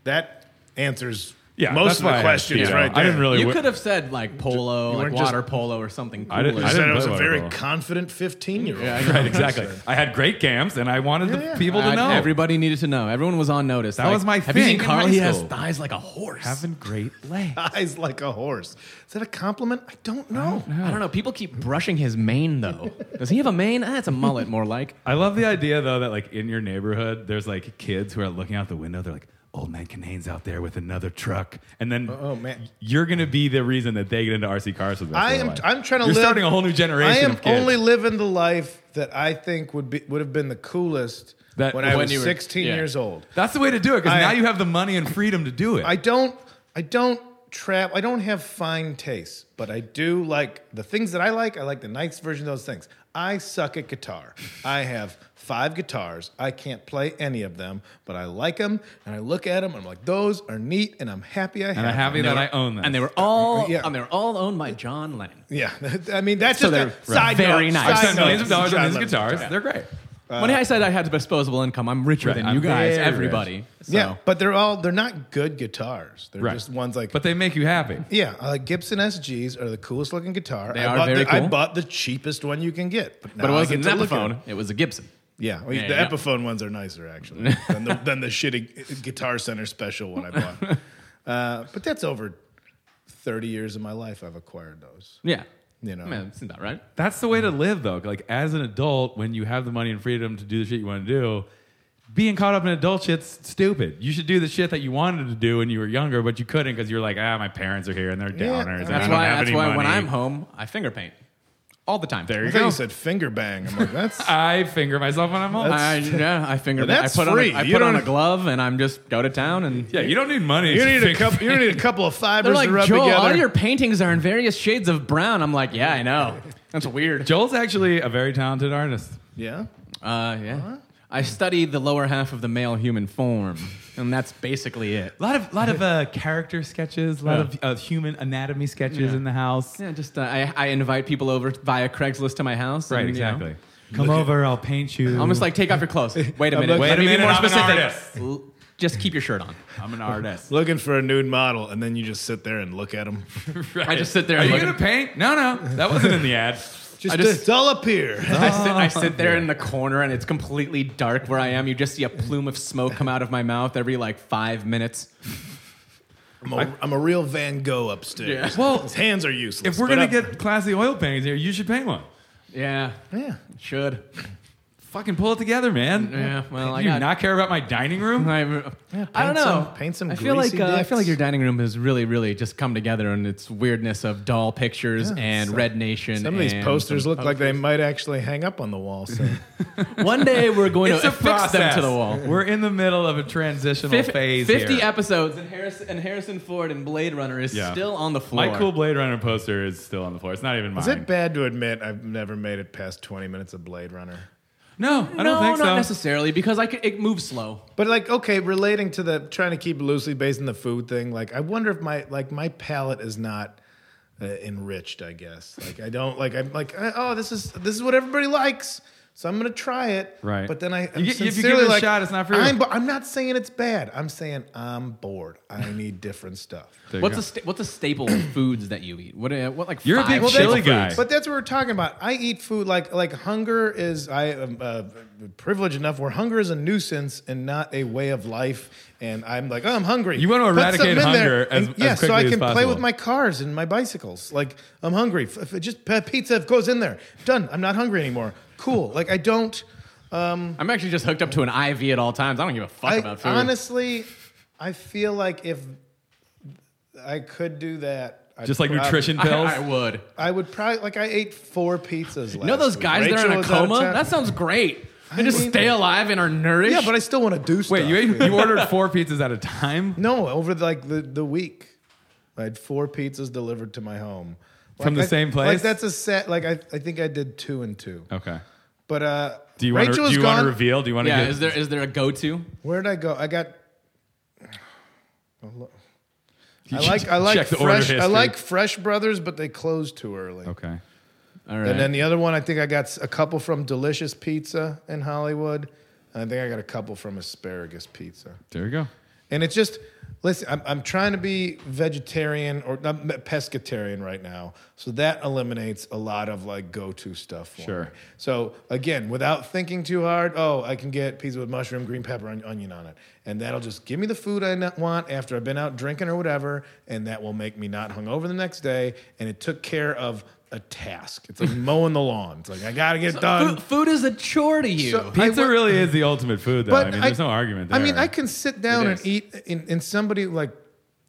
That answers Yeah, most that's of why I the had questions Speedo. right there. I didn't really. You wi- could have said like polo, like weren't just- water polo, or something cooler. I didn't- I said didn't- I was a play very volleyball. confident 15 year old. Yeah, I Right, exactly. I had great camps, and I wanted the Yeah, yeah. people to I- know. Everybody needed to know. Everyone was on notice. That was my Have you thing seen in Carl? high He has school. thighs like a horse. having great legs. Eyes like a horse. Is that a compliment? I don't know. I don't know. People keep brushing his mane though. Does he have a mane? Ah, it's a mullet more like. I love the idea though that like in your neighborhood, there's like kids who are looking out the window. They're like, "Old man Canane's out there with another truck," and then Oh, man. you're gonna be the reason that they get into RC cars with us. I am. I'm trying You're to live. starting a whole new generation. I am of kids. only living the life that I think would be would have been the coolest That- when I when was you were- 16 yeah. years old. That's the way to do it because I- now you have the money and freedom to do it. I don't I don't trap I don't have fine taste, but I do like the things that I like, I like the nice version of those things. I suck at guitar. I have five guitars. I can't play any of them, but I like them and I look at them and I'm like, those are neat and I'm happy I have and I'm happy them. that I own that. And they were all Yeah. and they were all owned by John Lennon. Yeah. I mean that's So just a they're side very note, nice. I've I spent side millions of note. dollars on these John Lennon. guitars. They're great. Uh, when I said I had disposable income, I'm richer Right, than I'm you guys, very rich. everybody. Yeah, So- but they're all they're not good guitars. They're Right. just ones like But they make you happy. Yeah, uh, Gibson SGs are the coolest looking guitar. They I are bought very the, I cool. bought the cheapest one you can get, but, but it now I wasn't get an to look at it. Epiphone. It was a Gibson. Yeah, well, Yeah, the yeah. Epiphone ones are nicer actually than the, than the shitty Guitar Center special one I bought. uh, but that's over thirty years of my life I've acquired those. Yeah. You know. Man, isn't that right? That's the way to live, though. Like as an adult, when you have the money and freedom to do the shit you want to do, being caught up in adult shit's stupid. You should do the shit that you wanted to do when you were younger, but you couldn't because you're like, ah, my parents are here and they're downers. Yeah, and I That's don't why. have That's any why when money." I'm home, I finger paint all the time. there I you thought go. you said finger bang. I'm like, that's I finger myself when I'm home. I, yeah, I finger. That's I put free. on. A, I You put on don't- a glove, and I'm just go to town and. yeah, you don't need money. you to need a fix- couple. You need a couple of They're fibers like to rub Joel. together. All your paintings are in various shades of brown. I'm like, yeah, I know. That's weird. Joel's actually a very talented artist. yeah, Uh, yeah. I study the lower half of the male human form, and that's basically it. A lot of lot of uh, character sketches, a lot of uh, human anatomy sketches in the house. Yeah, just uh, I, I invite people over via Craigslist to my house. Right, and, you know, exactly. Come over, I'll paint you. almost like take off your clothes. Wait a I'm minute. Let like, wait a me be minute, more I'm an specific. artist. L- Just keep your shirt on. I'm an artist. looking for a nude model, and then you just sit there and look at them. I just sit there. Are and you look gonna at- paint? No, no, that wasn't in the ad. Just, I just- it's all up here. I sit, I sit there in the corner and it's completely dark where I am. You just see a plume of smoke come out of my mouth every like five minutes. I'm a, I'm a real Van Gogh upstairs. Yeah. Well, his hands are useless. If we're but uh, gonna I'm- get classy oil paintings here, you should paint one. Yeah, yeah, should. Fucking pull it together, man. Yeah, well, I Do you got- not care about my dining room? I, I don't paint know. some- paint some I feel like greasy uh, I dicks. feel like your dining room has really, really just come together in its weirdness of doll pictures Yeah, and some- Red Nation. some of these and posters some look like they might actually hang up on the wall. soon. One day we're going to affix them to the wall. We're in the middle of a transitional Fif- phase. 50 here. episodes and Harrison, and Harrison Ford and Blade Runner is Yeah. still on the floor. My cool Blade Runner poster is still on the floor. It's not even mine. Is it bad to admit I've never made it past 20 minutes of Blade Runner? No, I don't no, think not so. necessarily because I c- it moves slow. But like, okay, relating to the trying to keep loosely based on the food thing, like I wonder if my like my palate is not uh, enriched. I guess like I don't like I'm like uh, oh this is this is what everybody likes. So I'm gonna try it, Right. But then I, You I'm get- if you give sincerely it a like, shot, it's not for you. I'm, bo- I'm not saying it's bad. I'm saying I'm bored. I need different stuff. There you What's go. a sta- what's a staple foods that you eat? What uh, what like You're a five big staple chili foods? guy. But that's what we're talking about. I eat food like like hunger is. I am uh, privileged enough where hunger is a nuisance and not a way of life. And I'm like, oh, I'm hungry. You want to Put something eradicate in there. hunger as- And as yeah, so I quickly as can play possible. with my cars and my bicycles. Like I'm hungry. F- f- just p- pizza goes in there. Done. I'm not hungry anymore. Cool. Like I don't. I'm actually just hooked up to an IV at all times. I don't give a fuck I about food. honestly, I feel like if I could do that, I'd Just like prob- nutrition I, pills. I would. I would probably like I ate four pizzas. Last You know those week. guys that are Rachel in a was out of coma? town. That sounds great. They just mean- stay alive and are nourished. Yeah, but I still want to do stuff. Wait, you, ate, you ordered four pizzas at a time No, over the, like the, the week, I had four pizzas delivered to my home Like, From the I- same Like place? that's a set. Like I, I think I did two and two. Okay. But uh, Do you want Rachel to? was Do you gone. want to reveal? Do you want to? yeah. get, Is there is there a go to? Where did I go? I got. I like I like Check the order fresh I history. like Fresh Brothers, but they closed too early. Okay. All right. And then the other one, I think I got s- a couple from Delicious Pizza in Hollywood, and I think I got a couple from Asparagus Pizza. There you go. And it's just, listen, I'm, I'm trying to be vegetarian or not pescatarian right now. So that eliminates a lot of like go to stuff for Sure. me. So again, without thinking too hard, oh, I can get pizza with mushroom, green pepper, and onion on it. And that'll just give me the food I not- want after I've been out drinking or whatever. And that will make me not hungover the next day. And it took care of a task. It's like mowing the lawn. It's like, I got to get done. food, food is a chore to you. um, So- I Pizza wa- really is the ultimate food, though. I mean, there's no argument there. I mean, I can sit down It and is. eat, and, and somebody like,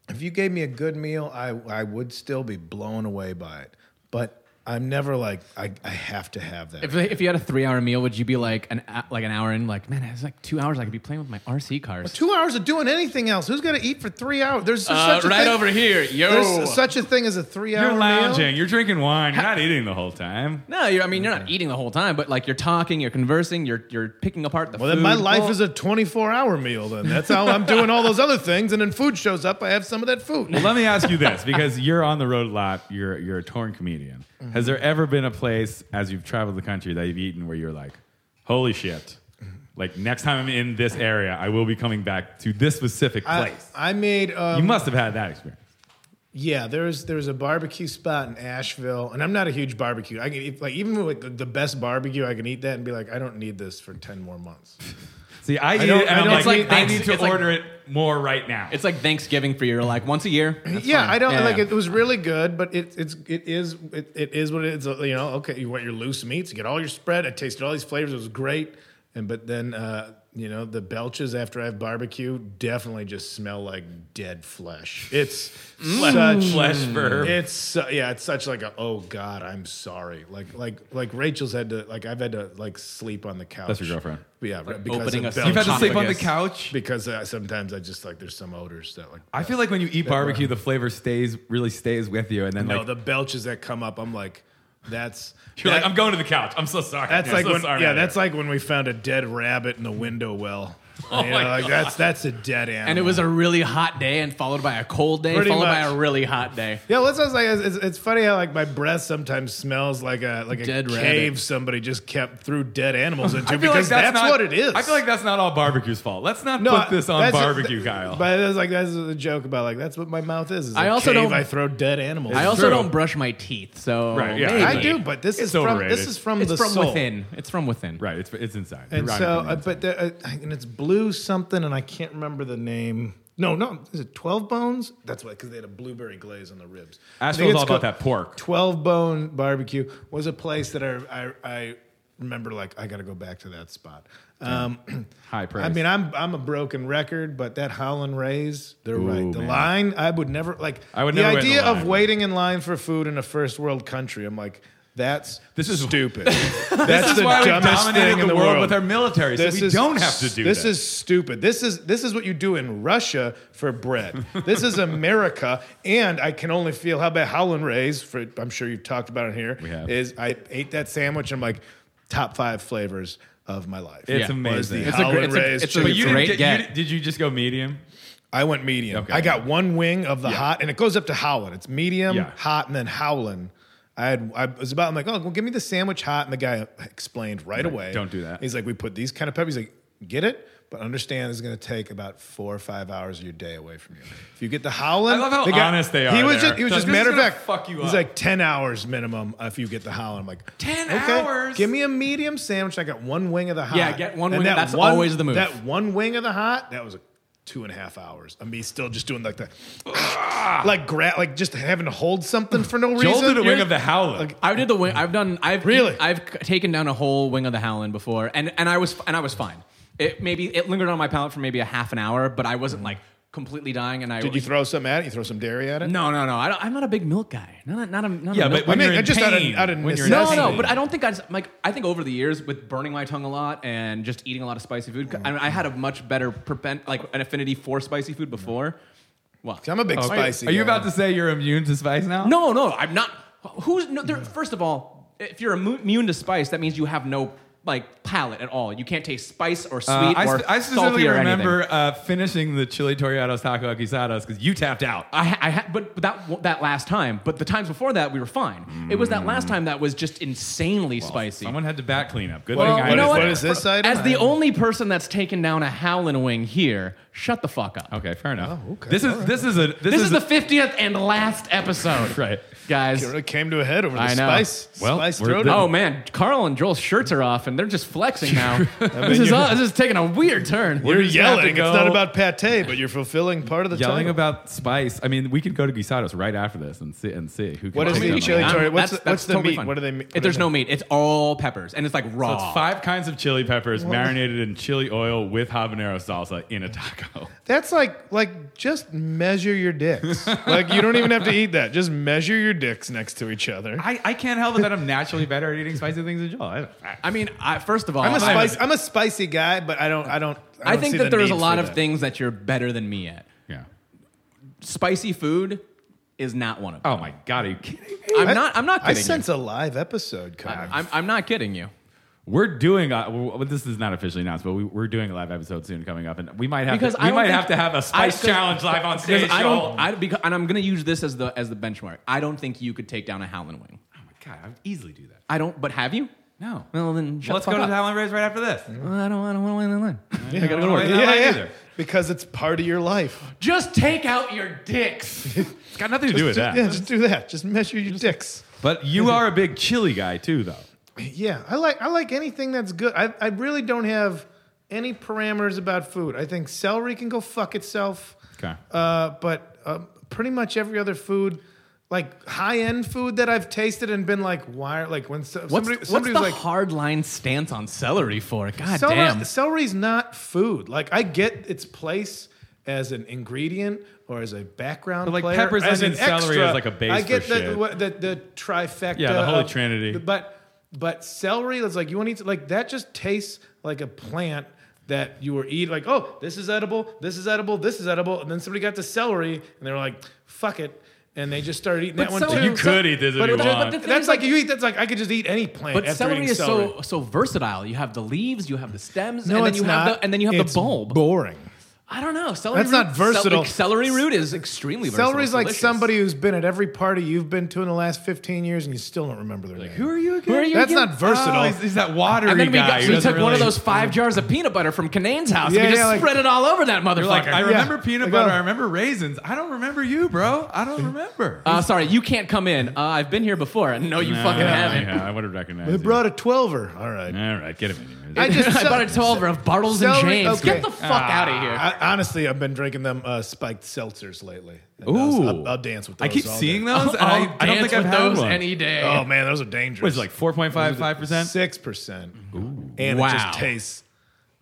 if you gave me a good meal, I I would still be blown away by it. But I'm never like I, I have to have that. If, if you had a three-hour meal, would you be like an like an hour in? Like, man, it's like two hours. I could be playing with my RC cars. Two hours of doing anything else. Who's gonna eat for three hours? There's Uh, such a right thing. over here, yo. There's such a thing as a three-hour You're lounging. meal. You're drinking wine. You're not eating the whole time. no, you're, I mean you're not eating the whole time, but like you're talking, you're conversing, you're you're picking apart the Well, food. then my life Well, is a 24-hour meal. Then that's how I'm doing all those other things, and then food shows up. I have some of that food. Well, let me ask you this because you're on the road a lot. You're you're a touring comedian. Has there ever been a place as you've traveled the country that you've eaten where you're like, holy shit? Like next time I'm in this area, I will be coming back to this specific I, place. I made. Um, you must have had that experience. Yeah, there's there's a barbecue spot in Asheville, and I'm not a huge barbecue. I can eat, like even with like, the best barbecue, I can eat that and be like, I don't need this for ten more months. See, I, eat don't- it and I I'm don't- like, it's like I thanks- need to it's like- order it more right now. It's like Thanksgiving for you. Like once a year. That's yeah, fine. I don't Yeah. like it. was really good, but it it's it is it, it is what it is. uh, You know, okay, you want your loose meats, you get all your spread. I tasted all these flavors; it was great. And but then uh, you know the belches after I have barbecue definitely just smell like dead flesh. It's such Mm. flesh verb. It's so, yeah, it's such like a oh god, I'm sorry. Like like like Rachel's had to like I've had to like sleep on the couch. That's your girlfriend. Yeah, because opening of a- belch- You've had to sleep on the Esophagus. couch. because uh, sometimes I just like there's some odors that like I feel like when you eat barbecue, the flavor stays really stays with you, and then no like the belches that come up. I'm like that's you're that- like, I'm going to the couch. I'm so sorry. that's I'm like so when, sorry yeah, about that." that's like when we found a dead rabbit in the window well. you Oh know, my like that's that's a dead animal. And it was a really hot day, and followed by a cold day, Pretty followed by much. a really hot day. Yeah, well, that's what I was like. It's, it's, it's funny how like my breath sometimes smells like a like a Dead cave rabbit. somebody just kept threw dead animals into I feel because like that's, not- what it is. I feel like that's not all barbecue's fault. Let's not put this on that's- barbecue, th- Kyle. But that's like that's a joke about like that's what my mouth is. is I a also cave don't- I throw dead animals. I also true. don't brush my teeth, so Right, yeah. maybe. I do, but this It's is from overrated. this is from It's the from soul. within. It's from within. right, it's it's inside. And Right so, from the uh, inside. but there, uh, and it's blue something, and I can't remember the name. No, no, is it Twelve Bones? That's why, because they had a blueberry glaze on the ribs. I think Asheville's it's all about called- that pork. Twelve Bone Barbecue was a place that I I, I remember like I got to go back to that spot. Um, High praise. I mean, I'm I'm a broken record, but that Holland Rays, they're Ooh, right. The man. line, I would never like. I would the never wait in idea the of line. waiting in line for food in a first world country. I'm like, that's This is- stupid. that's this is the why we dumbest dominated thing the, in the world, world with our military. so we don't have to do this. that. is stupid. This is this is what you do in Russia for bread. this is America, and I can only feel how about Howlin' Rays? For I'm sure you've talked about it here. We have. Is I ate that sandwich and I'm like, top five flavors of my life. It's Yeah. amazing. Was It's the a great- Howlin' it's a- Rays it's a- chicken but you great didn't get, get. you did, did you just go medium? I went medium. Okay. I got one wing of the hot, and it goes up to howling. It's medium, Yeah. hot, and then howling. I had I was about. I'm like, oh, well, give me the sandwich hot, and the guy explained right away. don't do that. He's like, we put these kind of peppers. He's like, get it, but understand this is going to take about four or five hours of your day away from you. If you get the howling, I love how honest they He are was there. just, he was They're just like, matter of "This is fact. gonna fuck you he's up." like ten hours minimum if you get the howling. I'm like, 10 okay, hours? Give me a medium sandwich. I got one wing of the hot. Yeah, get one And wing- that that's one- always the move. That one wing of the hot. That was a two and a half hours of me still just doing like that, like gra- like just having to hold something for no reason. Ah. Joel did a wing Here's- of the howler. I did the wing. I've done. I've Really? I've c- taken down a whole wing of the Howland before, and and I was and I was fine. It maybe it lingered on my palate for maybe a half an hour, but I wasn't like completely dying. And I Did you throw something at it? You throw some dairy at it? No, no, no. I don't, I'm not a big milk guy. Not a, not a, not yeah, a milk but when I mean, you're in just out of- pain, out of when you're in no, necessity. pain. no, but I don't think I like. I think over the years, with burning my tongue a lot and just eating a lot of spicy food, I, I had a much better prevent like an affinity for spicy food before. Well, I'm a big Are you- spicy. Oh, Are you guy. about to say you're immune to spice now? no, no, I'm not. Who's no? There, first of all, if you're immu- immune to spice, that means you have no like palate at all. You can't taste spice or sweet Uh, I, or sp- I salty specifically or anything. remember uh, finishing the chili toriados taco quesadas because you tapped out. I, ha- I ha- but but that that last time, but the times before that, we were fine. It was that last time that was just insanely spicy. Someone had to bat clean up. Good Well, thing I you know did. what? What is this item? As the only person that's taken down a Howlin' Wing here, shut the fuck up. Okay, fair enough. Oh, okay. This is All right. this is a this, This is a, the fiftieth and last episode, right. guys? It really came to a head over the I know. spice. Well, spice we're- throat. Oh man, Carl and Joel's shirts are off, and they're just flexing now. this is you're- all, this is taking a weird turn. You're just gonna have to yelling. It's go- not about pate, but you're fulfilling part of the Yelling title. about spice. I mean, we could go to Guisados right after this and see and see who. Can What is take the them chili on. tor- I'm- what's that's- the- what's that's the totally meat? fine. What do they- It, there's no meat. It's all peppers, and it's like So raw. it's five kinds of chili peppers marinated in chili oil with habanero salsa in a taco. That's like like just measure your dicks. like you don't even have to eat that. Just measure your dicks next to each other. I, I can't help it that I'm naturally better at eating spicy things than Joel. I, I, I mean, I, first of all, I'm a I- spicy. I'm a spicy guy, but I don't. I don't. I, I, don't think see that the there's a need lot for of that. things that you're better than me at. yeah. Spicy food is not one of them. Oh my god, are you kidding me? I'm Oh, I- not. I'm not I kidding sense a live episode you. coming. I'm, I'm not kidding you We're doing. A, well, this is not officially announced, but we, we're doing a live episode soon coming up, and we might have because to, I we don't might think- have to have a spice I- 'cause- challenge live on because stage. I Joel. don't. I, because, and I'm going to use this as the as the benchmark. I don't think you could take down a Howlin' Wing. oh my god, I would easily do that. I don't. But have you? No. Well, then shut Let's the go fuck to up. Mm-hmm. the Howlin' Rays right after this. I don't. I don't want to wait in line. I gotta go to yeah, yeah, because it's part of your life. Just take out your dicks. It's got nothing to do with Just- that. Yeah, just do that. Just measure your dicks. But you are a big chili guy too, though. Yeah, I like I like anything that's good. I, I really don't have any parameters about food. I think celery can go fuck itself. Okay. Uh, but um, pretty much every other food, like high end food that I've tasted and been like, why? Like when so, What's, somebody what's somebody the was like, hard line stance on celery for? Ah, God Celery, damn. celery's not food. Like I get its place as an ingredient or as a background But, like, player, peppers, as onions, an extra. celery is, like, a base I get for the, shit. wha- the the trifecta. Yeah, the Holy of- Trinity. But but celery is like you want to eat like that. Just tastes like a plant that you were eat. Like oh, this is edible. This is edible. This is edible. And then somebody got the celery and they were like, fuck it. And they just started eating that one celery- too. You could eat this if but you it- but want. the thing that's is, like, like- you eat. That's like I could just eat any plant. But after celery eating is celery. so so versatile. You have the leaves, you have the stems, No, and then it's you not. have the and then you have It's the bulb. Boring. I don't know. Celery That's root, not versatile. cel- celery root is extremely versatile. Celery's It's like delicious. somebody who's been at every party you've been to in the last 15 years and you still don't remember their name. Who are you again? Who are you That's again? not versatile. Oh, he's, he's that watery And then we, guy. got, who we took doesn't one of really- those five jars of peanut butter from Canaan house. Yeah, and we just yeah, like- spread it all over that motherfucker. You're like, I remember Yeah. peanut Like, butter. oh. I remember raisins. I don't remember you, bro. I don't remember. uh, sorry, you can't come in. Uh, I've been here before. No, you fucking haven't. Yeah, I would have recognized. They you. brought a 12er. All right. All right, get him in here. I just I bought a 12 of Bartles and celery- James. okay. Get the fuck Ah. out of here. I, honestly, I've been drinking them uh, spiked seltzers lately. And those- Ooh, I'll, I'll dance with those. I keep all seeing day. those, and I, I'll I don't dance think I've had with those one. any day. Oh, man, those are dangerous. What is it, like four point five five percent? 6%. And it Wow. just tastes.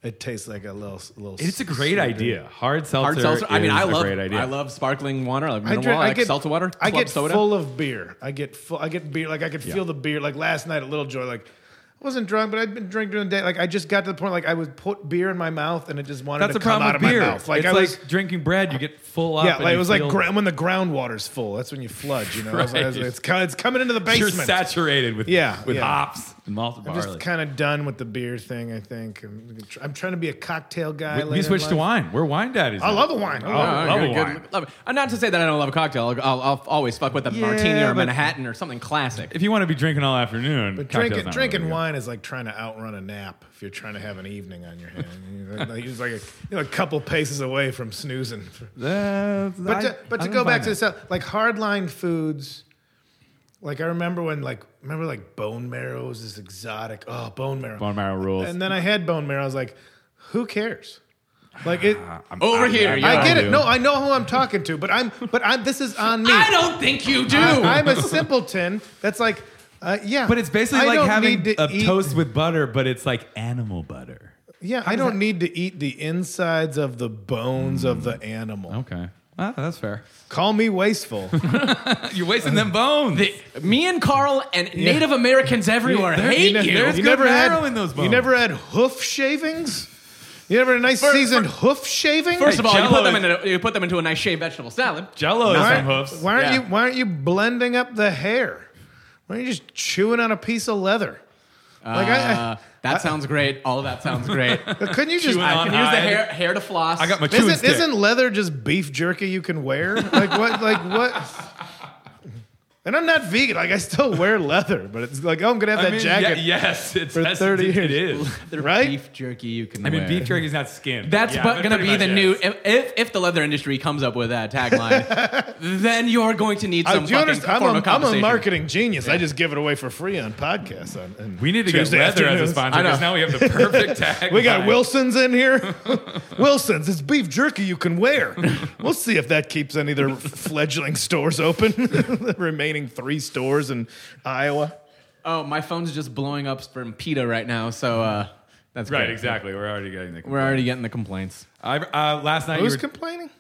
It tastes like a little, little. It's a great sweet idea. Hard seltzer. Hard seltzer. I mean, is I a love. Great idea. I love sparkling water, like I mineral drink. water, I like get seltzer water. I club get soda. full of beer. I get full. I get beer. Like I could feel the beer. Like last night at Little Joy, like I wasn't drunk, but I'd been drinking during the day. Like I just got to the point, like I would put beer in my mouth and it just wanted That's to the come problem out with of beer. my mouth. Like it's I like was. drinking bread. You get full up. yeah, and like you it was like feel- gra- when the groundwater's full. That's when you fludge, you know. That's what I was- Right. it's, co- it's coming into the You're basement. saturated with Yeah, with yeah. hops and malted I'm barley. just kind of done with the beer thing. I think I'm, I'm trying to be a cocktail guy. we later we switched in to life. wine. We're wine daddies. I now. love a wine. Oh, Oh, I love good, a good, wine. love it. Uh, Not to say that I don't love a cocktail. I'll, I'll, I'll always fuck with a martini or a but- Manhattan or something classic. If you want to be drinking all afternoon, But cocktail's drinking not drinking really good. wine is like trying to outrun a nap if you're trying to have an evening on your hand. You're like- You're just like a, you're a couple paces away from snoozing. That's- But I- to, but I to don't go back find to that. this, uh, like hardline foods, like I remember when like remember like bone marrow was this exotic. Oh, bone marrow. Bone marrow rules. And then I had bone marrow. I was like, who cares? Like it. I'm- Over here, yeah. I get do. it. No, I know who I'm talking to, but I'm but I'm. This is on me. I don't think you do. I, am a simpleton. That's like, uh, yeah. But it's basically I like don't having need to a eat- toast with butter, but it's like animal butter. Yeah, I don't need to eat the insides of the bones of the animal. Mm. Okay. Ah, that's fair. Call me wasteful. You're wasting them bones. Me and Carl and Native Americans everywhere hate ne- you. there's- good marrow had in those You bones. never had hoof shavings. You never had a nice seasoned hoof shaving. First of all, you Jell-O put, them is- in a, you put them into a nice shaved vegetable salad. Jello is why, some hoofs. why aren't Yeah. you? Why aren't you blending up the hair? Why aren't you just chewing on a piece of leather? Like, Uh, that sounds great. All of that sounds great. I, couldn't you just? Uh, Chewing I on can use the hide. hair, hair to floss. I got my chewing Isn't, stick. isn't leather just beef jerky you can wear? Like what? Like what? And I'm not vegan. Like I still wear leather, but it's like oh, I'm gonna have I that mean, jacket. ye- yes, it's for that's- 30 It years. is. They're right? beef jerky you can I mean, wear. beef jerky's not skin. That's Yeah, bu- going to pretty be much the is. new if, if if the leather industry comes up with that tagline, then you're going to need I- some do you fucking understand? form I'm, of a, I'm a compensation. marketing genius. I just give it away for free on podcasts. On, and We need to Tuesday get leather as afternoons. a sponsor I know. because now we have the perfect tag. We got Wilson's in here. Wilson's, it's beef jerky you can wear. We'll see if that keeps any of their fledgling stores open. the remaining three stores in Iowa. Oh, my phone's just blowing up from PETA right now, so uh, that's Right, great. exactly. We're already getting the. We're already getting the complaints. I, uh, last night, you Who's were, complaining?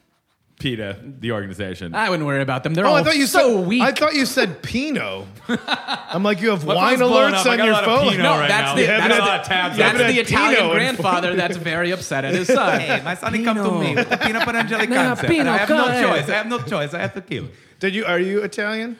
PETA, the organization. Ah, I wouldn't worry about them. They're Oh, all I thought you so said weak. I thought you said Pinot. I'm like, you have My wine phone's blowing alerts up. I on got a your lot of phone. Pinot no, right that's now. the Yeah, that's, but the, I- tabs that's up. the Yeah, but I- Italian Pinot in- grandfather that's very upset at his son. Hey, my son, he come to Pino. me with the peanut butter angelic No, concept. Pino, and I have come no on. choice. I have no choice. I have to kill. Did you? Are you Italian?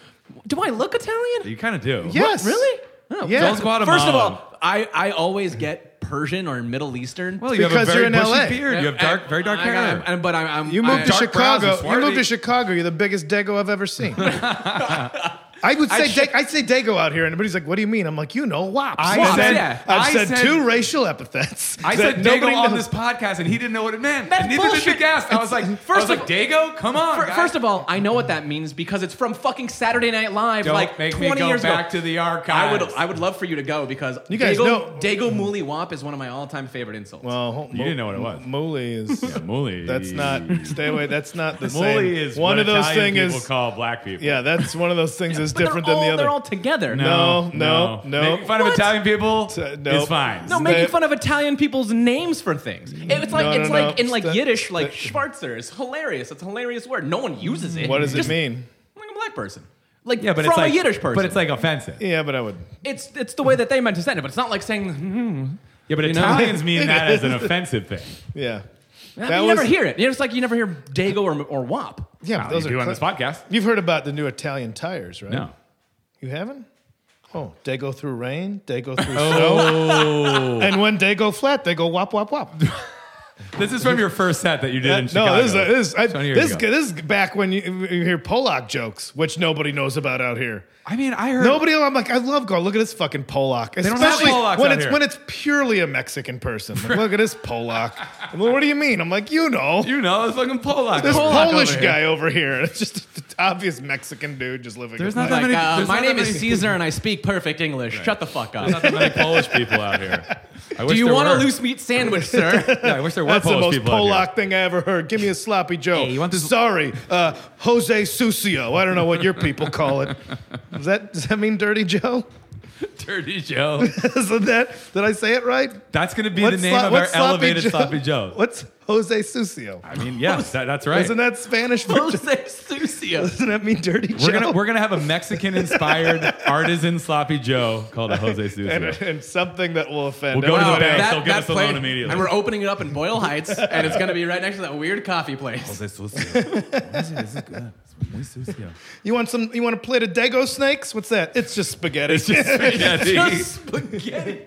Do I look Italian? You kind of do. Yeah. Yes. Really? Oh, Yeah. Don't squat First of Guatemalan. all, I, I always get Persian or Middle Eastern. Well, you have a Because very you're in bushy LA. beard. You have dark, very dark I hair. got- and- but I'm, I'm You moved I- to dark brows and Chicago. You moved swarthy. to Chicago. You're the biggest dago I've ever seen. I would say I, I say dago out here, and everybody's like, "What do you mean?" I'm like, "You know, wops." I I've said- said, I've I said said- two racial epithets. I that said Dago nobody on knows. this podcast, and he didn't know what it meant. That's and neither did bullshit. the guest. I was like, first of- like, Dago, come on. Fir- guys. First of all, I know what that means because it's from fucking Saturday Night Live, Don't like make me twenty go years ago. back to the I would, archives. I would love for you to go because You guys Dago, know- Dago Mooly Wop is one of my all-time favorite insults. Well, ho- You didn't know what it was. Moly is. Yeah, Muley. That's not. Stay away. That's not the same. Muley is one what of those Italian things people is. call black people. Yeah, that's one of those things is But they're different all, than the They're other. all together. No, no, no. Making fun of What? Italian people T- no. is fine. No, They- making fun of Italian people's names for things. It's like No, it's no, like no. in like That- Yiddish, like that- Schwarzer is hilarious. It's a hilarious word. No one uses it. What does it Just mean? Like a black person. Like Yeah, but from it's like a Yiddish person. But it's like offensive. Yeah, but I would. it's it's the way that they meant to send it. But it's not like saying hmm, Yeah, but You know? Italians mean that as an offensive thing. Yeah. you never hear it. You know, It's like you never hear Dago or or Wop. Yeah, but Well, those Oh, you are do on cl- this podcast. You've heard about the new Italian tires, right? No. You haven't? Oh, they go through rain, they go through snow, Oh, and when they go flat, they go wop wop wop. this is from your first set that you did in Chicago. no, this is this is, I, 20 years this, is- ago. this is back when you, you hear Polak jokes, which nobody knows about out here. I mean, I heard Nobody, I'm like, I love going. Look at this fucking Polak, don't have especially Polacks when out it's here. when it's purely a Mexican person. Like, look at this Polak. I'm like, what do you mean? I'm like, you know, you know, it's fucking Polak. this Polak Polish over here. guy over here. It's just an obvious Mexican dude just living. There's his not life. that Like, many- uh, there's my not name that is many- Caesar and I speak perfect English. Shut the fuck There's not that up. many Polish people out here. I Do wish you there want were. a loose meat sandwich, sir? Yeah, I wish there were That's the Polish most people out here. Polak thing I ever heard. Give me a sloppy Joe. Hey, you want this- Sorry, uh, Jose Sucio. I don't know what your people call it. Does that does that mean Dirty Joe? Dirty Joe. Isn't that did I say it right? That's going to be What's the name slo- of our what's elevated Joe? Sloppy Joe. What's Jose Sucio? I mean, yes, that, that's right. Isn't that Spanish? for- Jose Sucio. Doesn't that mean Dirty Joe? we're gonna we're gonna have a Mexican inspired artisan sloppy Joe called a Jose and, Sucio. and something that will offend. We'll go to the Wow, bank. everybody. that- they'll give that us a place- loan immediately. And we're opening it up in Boyle Heights, and it's going to be right next to that weird coffee place. Jose Sucio. What is it? This is good. It's Jose Sucio. You want some? You want a plate of Dago snakes? What's that? It's just spaghetti. It's just spaghetti. Just spaghetti.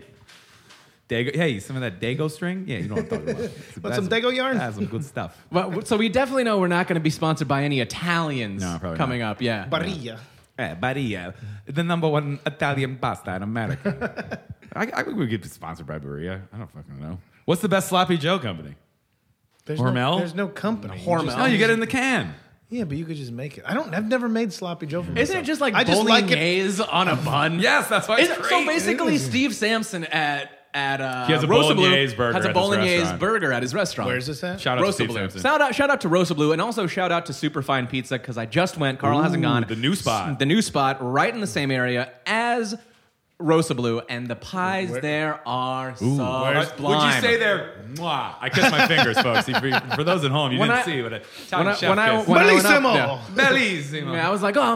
Dago, hey, some of that Dago string? Yeah, you know what I'm talking about. Want some Dago yarn? That's some good stuff. Well, so we definitely know we're not going to be sponsored by any Italians No, probably coming not. up. Yeah. Barilla. Yeah, Barilla, Eh, the number one Italian pasta in America. I, I think we could be sponsored by Barilla. I don't fucking know. What's the best sloppy Joe company? There's Hormel? No, there's no company. You Hormel. No, you get it in the can. Yeah, but you could just make it. I don't. I've never made sloppy Joe. For Isn't myself. it just like I just like it. bolognese on a bun? Yes, that's why it's Isn't- great. so basically, Steve Sampson at at uh, He has a Rosa bolognese Blue burger has a at his bolognese restaurant. burger at his restaurant. Where's this at? Shout out to Rosa Steve Blue. Sampson. Shout out, shout out to Rosa Blue, and also shout out to Superfine Pizza because I just went. Carl hasn't Ooh, gone. the new spot. S- The new spot, right in the same area as Rosa Blue, and the pies Where- there are Where's- so Would you sublime. say there? Mwah. I kissed my fingers, folks. If you- For those at home, you When didn't I- see, but a Italian When I, chef when I, kiss. when I went up Bellissimo. there- Bellissimo. I was like, oh,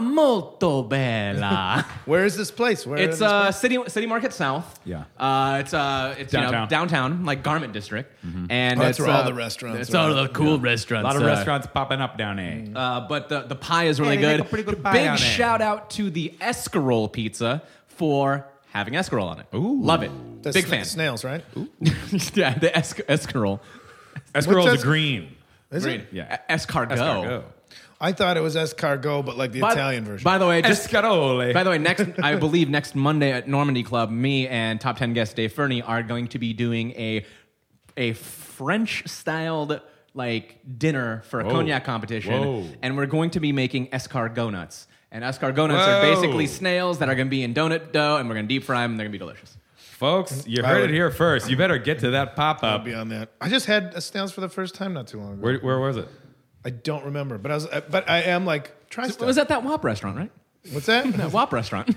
molto bella. Where is this place? Where It's uh, city city market south. Yeah. Uh, it's uh, it's downtown, you know, Downtown. Mm-hmm. downtown like garment district, and Oh, that's it's, where all uh, the restaurants It's are. all the cool restaurants. a lot of uh, restaurants popping up down there. Uh, but the the pie is really they make good. a pretty good pie Big on it. shout out to the escarole pizza for having escarole on it. Ooh. love it. That's Big sna- fan. Snails, right? yeah, the esc- escarole. Escarole What's is that- green. Is Green. it? Yeah. E- Escargot. Escargot. I thought it was escargot, but like the By- Italian version. By the way, just Escarole. By the way, next I believe next Monday at Normandy Club, me and top ten guest Dave Fernie are going to be doing a a French styled like dinner for a Whoa. cognac competition, Whoa. and we're going to be making escargot nuts. And escargot nuts are Whoa. basically snails that are going to be in donut dough, and we're going to deep fry them, and they're going to be delicious. Folks, you I heard would- it here first. You better get to that pop I'll up. be on that. I just had a snails for the first time not too long ago. Where, where was it? I don't remember, but I was. uh, But I am like try So, stuff. was that that Wop restaurant, right? What's that? That Wop restaurant.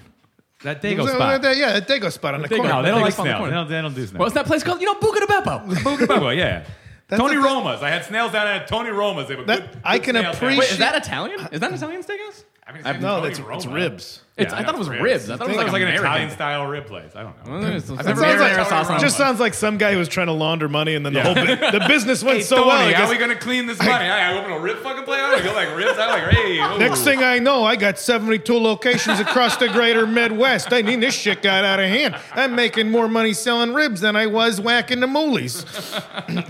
That Was Dago that- spot. that- yeah, that Dago spot on the Dago. corner. No, they don't Dago like spot on the snail. They corner. don't, they don't do snail. What was that place called? You know, Buca de Beppo. Booga Bubba, yeah. That's Tony the thing. Roma's. I had snails down at Tony Roma's. They have a That- good, I good can snail sandwich. appreciate- Wait, is that Italian? Is that an Italian steakhouse? I mean, I've- No, Tony that's it's Roma. ribs. Yeah, It's, I I know, thought it was ribs. ribs. I thought it was It's like, like, an American. Italian style rib place. I don't know. It's- it's I've never never been been there, to Sounds sauce on like, Tony just Roma. sounds like some guy who was trying to launder money and then the Yeah. whole bu- the business went so Tony, well. I how guess- are we gonna clean this money? Hey, are we gonna rip fucking play out? I go like ribs. I like hey. ooh. Next thing I know, I got 72 locations across the greater Midwest. I mean, this shit got out of hand. I'm making more money selling ribs than I was whacking the moolies.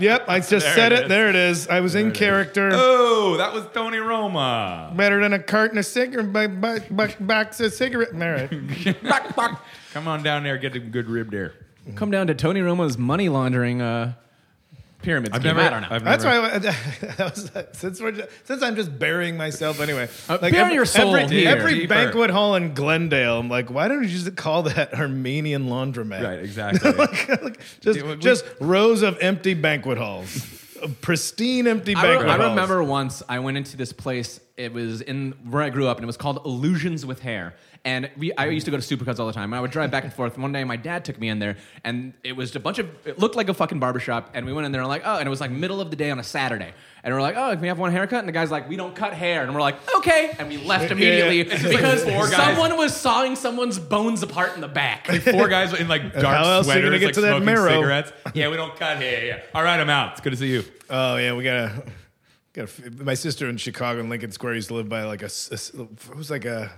yep, I just said it it. is. There it is. I was in character. Oh, that was Tony Roma. Better than a carton of cigarette, bu- bu- bu- box of cigarette. All right. Come on down there, get a good rib there. Come down to Tony Roma's money laundering uh, pyramid scheme. I don't know. That's why. I, that was, since we're just, since I'm just burying myself anyway. Uh, bury your soul every, here. Every Deeper. banquet hall in Glendale, I'm like, why don't you just call that Armenian laundromat? Right, exactly. Like- like, just Dude, we- just rows of empty banquet halls, pristine empty I, re- banquet I halls. remember once I went into this place. It was in where I grew up, and it was called Illusions with Hair. And we, I used to go to Supercuts all the time. And I would drive back and forth. One day, my dad took me in there, and it was a bunch of. It looked like a fucking barbershop. And we went in there, and like, oh, and it was like middle of the day on a Saturday. And we're like, oh, can we have one haircut? And the guy's like, we don't cut hair. And we're like, okay. And we left immediately because four guys- someone was sawing someone's bones apart in the back. Four guys in like dark How else are you sweaters, gonna get like to that smoking marrow? cigarettes. Yeah, we don't cut here. Yeah, yeah. All right, I'm out. It's good to see you. Oh yeah, we gotta. gotta f- my sister in Chicago in Lincoln Square used to live by like a. s- a s- It was like a.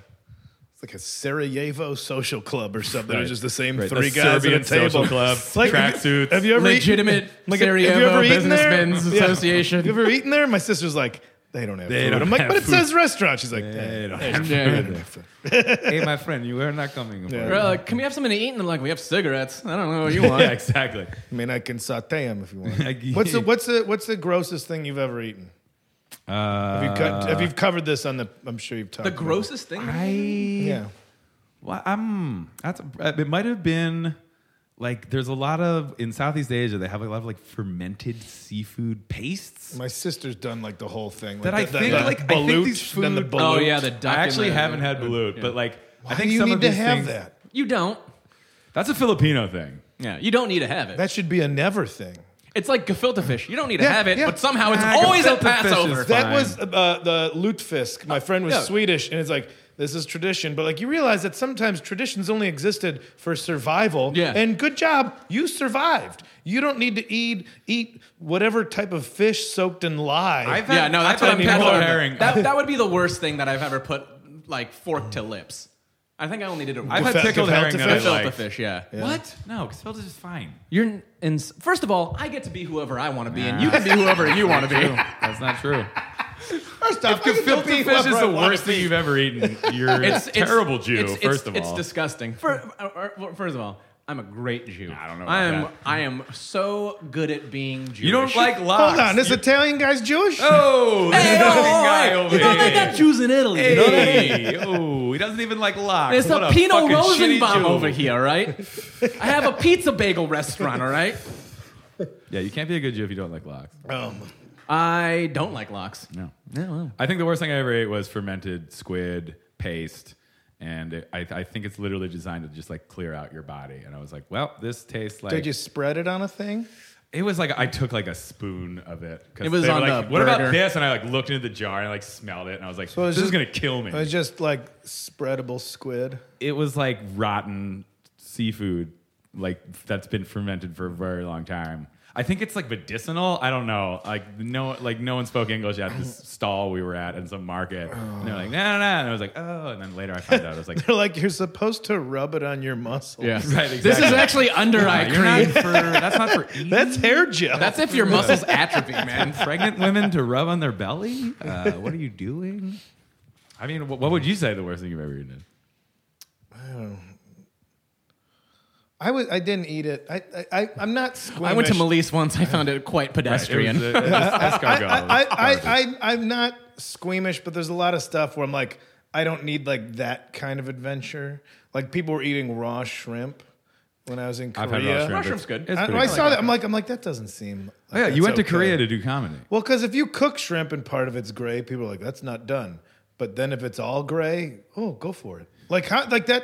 It's like a Sarajevo social club or something. It was Right. just the same Right. three A guys Serbian at a table. social club, It's like- have you- tracksuits. Have you ever eaten- Legitimate like, have you Sarajevo ever eaten there? Businessmen's Yeah. Association. You ever eaten there? My sister's like, they don't have They food. don't I'm like, have but it food." says restaurant. She's like, they don't have Yeah. hey, my friend, you are not coming. Yeah. Yeah. We're like, can we have something to eat? And they're like, we have cigarettes. I don't know what you want. yeah, exactly. I mean, I can saute them if you want. Like- what's the what's the what's the grossest thing you've ever eaten? Uh, Have you, cut, have you covered this on the? I'm sure you've talked. The about it. grossest thing. I Yeah. Well, I'm. That's uh, it. Might have been like there's a lot of in Southeast Asia they have a lot of like fermented seafood pastes. My sister's done like the whole thing. Like, That I the- the- think, the like, I think balut, these then the food- balut. oh yeah, the duck. I actually in the- haven't had balut, but like I Do think you some need of to these have things- that? You don't. That's a Filipino thing. Yeah, you don't need to have it. That should be a never thing. it's like gefilte fish. You don't need to Yeah, have it, yeah. but somehow it's Ah, always at gefilte fish is Passover. fine. That was uh, the lutefisk. My friend was yeah. Swedish, and it's like this is tradition, but like you realize that sometimes traditions only existed for survival. Yeah. And good job, you survived. You don't need to eat eat whatever type of fish soaked in lye. I've- yeah, no, that's I what thought I'm you kind were of herring. That, that would be the worst thing that I've ever put like fork to lips. I think I only did it. I've had once. Gefilte- pickled herring that I gefilte gefilte like. fish. Yeah. What? No, gefilte is fine. You're in, first of all, I get to be whoever I want to be, and you can be whoever you want to be. That's not true. First off, I get to Gefilte be fish whoever is I the wanna worst be. thing you've ever eaten. You're It's a terrible Jew, it's- it's- first of it's all. disgusting. Fir- uh, uh, First of all, I'm a great Jew. I don't know about I am. that. I am so good at being Jewish. you don't like locks. Hold on, this You- Italian guy's Jewish. Oh, this Hey, fucking oh, guy hey, over you know they here. got Jews in Italy. You know that? Hey, oh, he doesn't even like locks. There's what a Pino fucking shitty Rosenbaum Jew. over here, all right? I have a pizza bagel restaurant, all right? Yeah, you can't be a good Jew if you don't like locks. Um, I don't like locks. No. I think the worst thing I ever ate was fermented squid paste. And it, I, I think it's literally designed to just like clear out your body. And I was like, well, this tastes like. did you spread it on a thing? it was like I took like a spoon of it. 'cause It was they were on like, the What burger. about this? And I like looked into the jar and I like smelled it. And I was like, it this was is just- going to kill me. It was just like spreadable squid. it was like rotten seafood, like that's been fermented for a very long time. I think it's like medicinal. I don't know. Like no, like no one spoke English at this stall we were at in some market. And they're like, no, no, no. And I was like, oh. And then later I found out. I was like, They're like you're supposed to rub it on your muscle. Yeah. Right, This is exactly. actually under eye you're not cream. for. That's not for eating. That's hair gel. That's if your muscles atrophy, man. pregnant women to rub on their belly. Uh, what are you doing? I mean, wh- what would you say the worst thing you've ever eaten? is? I was. I didn't eat it. I. I. I I'm not squeamish. I went to Malise once. I found it quite Right, it was, pedestrian. uh, it was I, escargot. I, I, I, I, am not squeamish, but there's a lot of stuff where I'm like, I don't need like that kind of adventure. Like people were eating raw shrimp when I was in Korea. I've had raw shrimp. Mushroom's good. It's I, pretty I good. Oh, saw that. I'm like, I'm like, that doesn't seem. Like Yeah, you that's went to okay. Korea to do comedy. Well, because if you cook shrimp and part of it's gray, people are like, that's not done. But then if it's all gray, oh, go for it. Like how? Like that.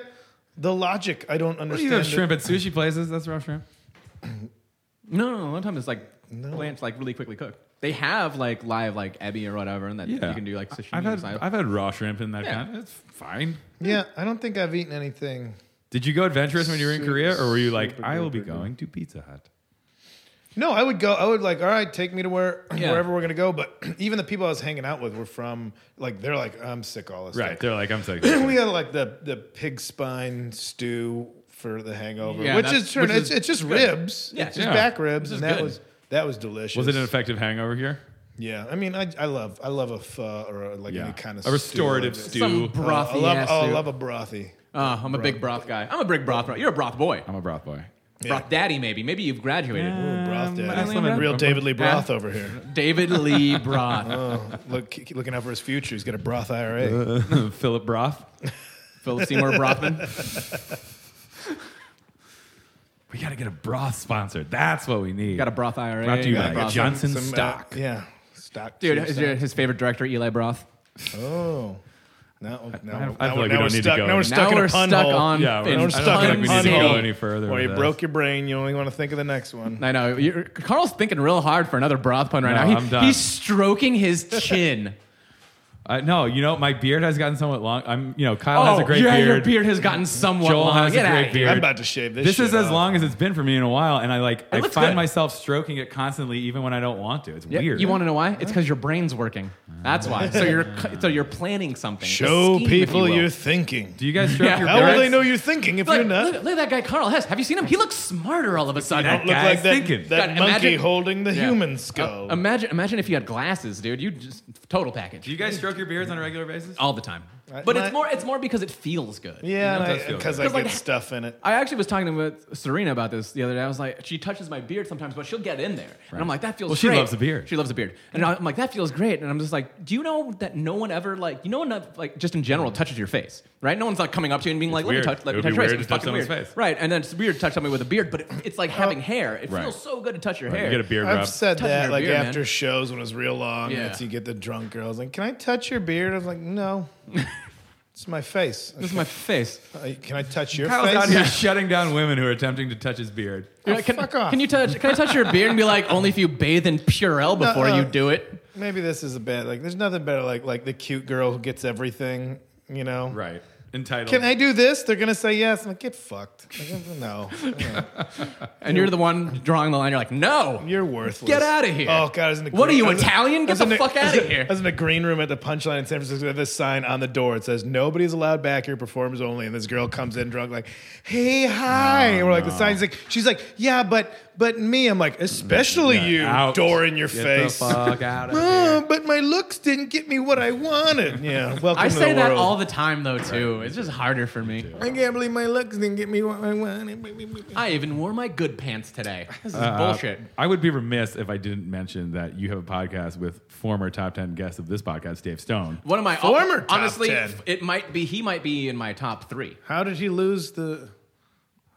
The logic I don't What understand. do you have it. shrimp at sushi places? That's raw shrimp. No, no, no. One time it's like Blanched like really quickly cooked. They have like live like ebi or whatever, and that Yeah, you can do like sashimi. I've had inside. I've had raw shrimp in that Yeah. kind. It's fine. Yeah, I don't think I've eaten anything. Did you go adventurous when you were in Super, Korea, or were you like, super I will be duper, dude. going to Pizza Hut? No, I would go. I would like, all right, take me to where Yeah. wherever we're gonna go. But even the people I was hanging out with were from like they're like, I'm sick all this Right. stuff. They're like, I'm sick. we had like the the pig spine stew for the hangover, Yeah, which that's- is true. which It's, is it's just ribs. Yeah. it's just Yeah. back ribs, and that good. was that was delicious. Was it an effective hangover here? Yeah, I mean, I, I love I love a pho or a, like Yeah. any kind of a restorative stew. stew. some Like brothy that. I love ass oh, I soup. love a brothy. Uh, I'm a big broth guy. I'm a big broth. bro- You're a broth boy. I'm a broth boy. Broth daddy, maybe. Maybe you've graduated. Um, broth dad. That's lemon Real broth. David Lee Broth over here. David Lee Broth. Look, keep looking out for his future. He's got a broth IRA. Philip Broth. Philip Seymour Brothman. We got to get a broth sponsored. That's what we need. Got a broth IRA. Brought to you got a by broth- Johnson Some, uh, Stock. yeah, stock. Dude, cheap is stock. your, his favorite director Eli Broth? Oh. Now, now, I feel now like we don't we're- now we're need to stuck, go Now we're any- stuck now in we're a pun stuck hole. on. Yeah, we're- in I Now we're don't stuck think in we a pun need to go hole. any further Or you with broke this. your brain. You only want to think of the next one. I know. You're, Carl's thinking real hard for another broth pun right No, now. He- I'm done. He's stroking his chin. Uh, no, you know my beard has gotten somewhat long. I'm, you know, Kyle has a great Oh, yeah, beard. your beard has gotten somewhat Joel long. has a Get great outta here. beard. I'm about to shave this. This is shit as off. long as it's been for me in a while, and I like I looks find good. myself stroking it constantly, even when I don't want to. It's Yeah, weird. You want to know why? It's because your brain's working. That's why. So you're so you're planning something. A Show scheme, if people you you're will. thinking. Do you guys stroke Yeah. your How will beards? they know you're thinking if Look, you're not? look, look at that guy Carl Hess. Have you seen him? He looks smarter all of a sudden. don't Look Guy's like that, thinking. that God, monkey imagine- holding the Yeah. human Uh, skull. imagine, imagine if you had glasses, dude. You just total package Do you guys stroke your beards on a regular basis? all the time. I- But my- it's more, it's more because it feels good. That yeah, does feel because good. I 'Cause, like, get stuff in it. I actually was talking to Serena about this the other day. I was like, she touches my beard sometimes, but she'll get in there, and I'm like, that feels. Well, she great. loves a beard. She loves a beard, and I'm like, that feels great. And I'm just like, do you know that no one ever like, you know, enough like just in general touches your face, right? No one's like coming up to you and being like, let weird. me touch, let It me would touch be your face. weird It's to touch fucking weird. someone's face. Uh, right? And then it's weird to touch somebody with a beard, but it, it's like having hair. It Right. feels so good to touch your hair. You get a beard rub. I've said Touching that your like beard, after man. shows when it was real long. Yeah. And it's, you get the drunk girls like, "Can I touch your beard?" I was like, "No, it's my face. This is my face. Uh, Can I touch your Kyle's face?" out here shutting down women who are attempting to touch his beard. Oh, can, fuck off. can you touch? Can I touch your beard and be like, only if you bathe in Purell before Nuh-uh. you do it? Maybe this is a bit like there's nothing better like like the cute girl who gets everything, you know. Right. Entitled. Can I do this? They're gonna say yes. I'm like, get fucked. Like, no, And you're the one drawing the line. You're like, no. you're worthless. Get outta here. Oh god, I was in the What green- are you, I was- Italian? I Get was the in fuck I was outta in- here. I was in the green room at the Punchline in San Francisco. They have this sign on the door. It says nobody's allowed back here. Performers only. And this girl comes in drunk, like, hey, hi. Oh, and we're like, the sign's like, she's like, yeah, but but me. I'm like, especially you, Out. door in your Get face. the fuck out of Oh, here. but my looks didn't get me what I wanted. Yeah, welcome I to say the that world. all the time, though, too. It's just harder for me. I can't believe my looks didn't get me what I wanted. I even wore my good pants today. This is Uh, bullshit. I would be remiss if I didn't mention that you have a podcast with former top 10 guest of this podcast, Dave Stone. Uh, One of my former top honestly, 10. it might be he might be in my top three. How did he lose the?